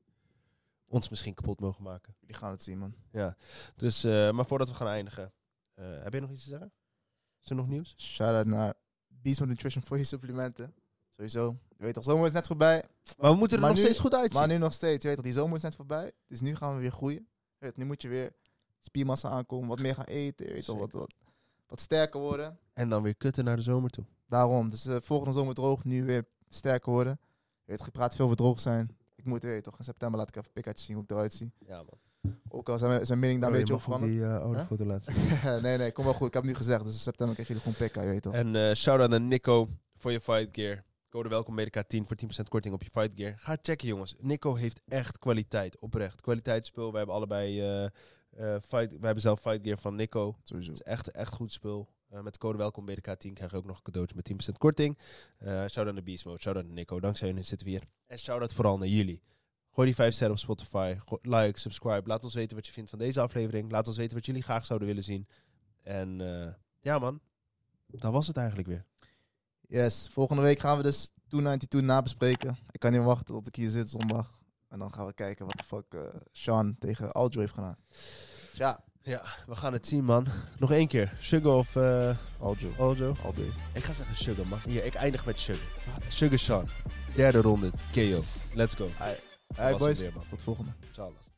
[SPEAKER 4] ons misschien kapot mogen maken.
[SPEAKER 5] Jullie gaan het zien, man.
[SPEAKER 4] Dus, eh, maar voordat we gaan eindigen, eh, heb je nog iets te zeggen? Is er nog nieuws?
[SPEAKER 5] Shout-out naar Beast Mode Nutrition voor je supplementen. Sowieso. Je weet toch, zomer is net voorbij.
[SPEAKER 4] Maar we moeten er
[SPEAKER 5] Maar
[SPEAKER 4] nog
[SPEAKER 5] nu-
[SPEAKER 4] steeds goed uitzien.
[SPEAKER 5] Maar nu nog steeds. Je weet toch, die zomer is net voorbij. Dus nu gaan we weer groeien. Je Weet, nu moet je weer spiermassa aankomen. Wat meer gaan eten. je Weet toch, wat,
[SPEAKER 4] Zeker.
[SPEAKER 5] wat, wat sterker worden.
[SPEAKER 4] En dan weer kutten naar de zomer toe.
[SPEAKER 5] Daarom. Dus eh, volgende zomer droog. Nu weer sterker worden. Je weet, gepraat veel over droog zijn. Ik moet, je weet toch, in september laat ik even pikaatjes zien hoe ik eruit zie.
[SPEAKER 4] Ja, man.
[SPEAKER 5] Ook al zijn, mijn- zijn mening daar
[SPEAKER 4] Oh,
[SPEAKER 5] een beetje op veranderd.
[SPEAKER 4] Die eh, oude
[SPEAKER 5] Huh?
[SPEAKER 4] foto laten
[SPEAKER 5] nee, nee, kom wel goed. Ik heb het nu gezegd, dus in september krijgen jullie gewoon pk, je weet toch.
[SPEAKER 4] En eh shout-out naar Nico voor je fight gear. Code welkom Medica 10 voor 10% korting op je fight gear. Ga checken jongens. Nico heeft echt kwaliteit, oprecht. Kwaliteitsspul. We hebben allebei eh, eh, fight, we hebben zelf fight gear van Nico.
[SPEAKER 5] Sowieso.
[SPEAKER 4] Het is echt, echt goed spul. Eh, met code welkom BDK10 krijg je ook nog een cadeautje met 10% korting. Eh shout-out naar Beast Mode, shout-out naar Nico. Dankzij jullie zitten we hier. En shout-out vooral naar jullie. Gooi die 5 sterren op Spotify. Go- Like, subscribe. Laat ons weten wat je vindt van deze aflevering. Laat ons weten wat jullie graag zouden willen zien. En eh, ja man, dat was het eigenlijk weer.
[SPEAKER 5] Yes, volgende week gaan we dus 292 nabespreken. Ik kan niet wachten tot ik hier zit zondag. En dan gaan we kijken wat de fuck eh, Sean tegen Aljo heeft gedaan. Ja,
[SPEAKER 4] We gaan het zien man. Nog één keer. Sugar of eh
[SPEAKER 5] Aljo.
[SPEAKER 4] Aldo?
[SPEAKER 5] Aljo.
[SPEAKER 4] Ik ga zeggen Sugar man. Hier, ik eindig met Sugar. Sugar Sean. Derde ronde. KO. Let's go.
[SPEAKER 5] Hey
[SPEAKER 4] was hem
[SPEAKER 5] boys,
[SPEAKER 4] weer, man.
[SPEAKER 5] tot volgende.
[SPEAKER 4] Ciao. last.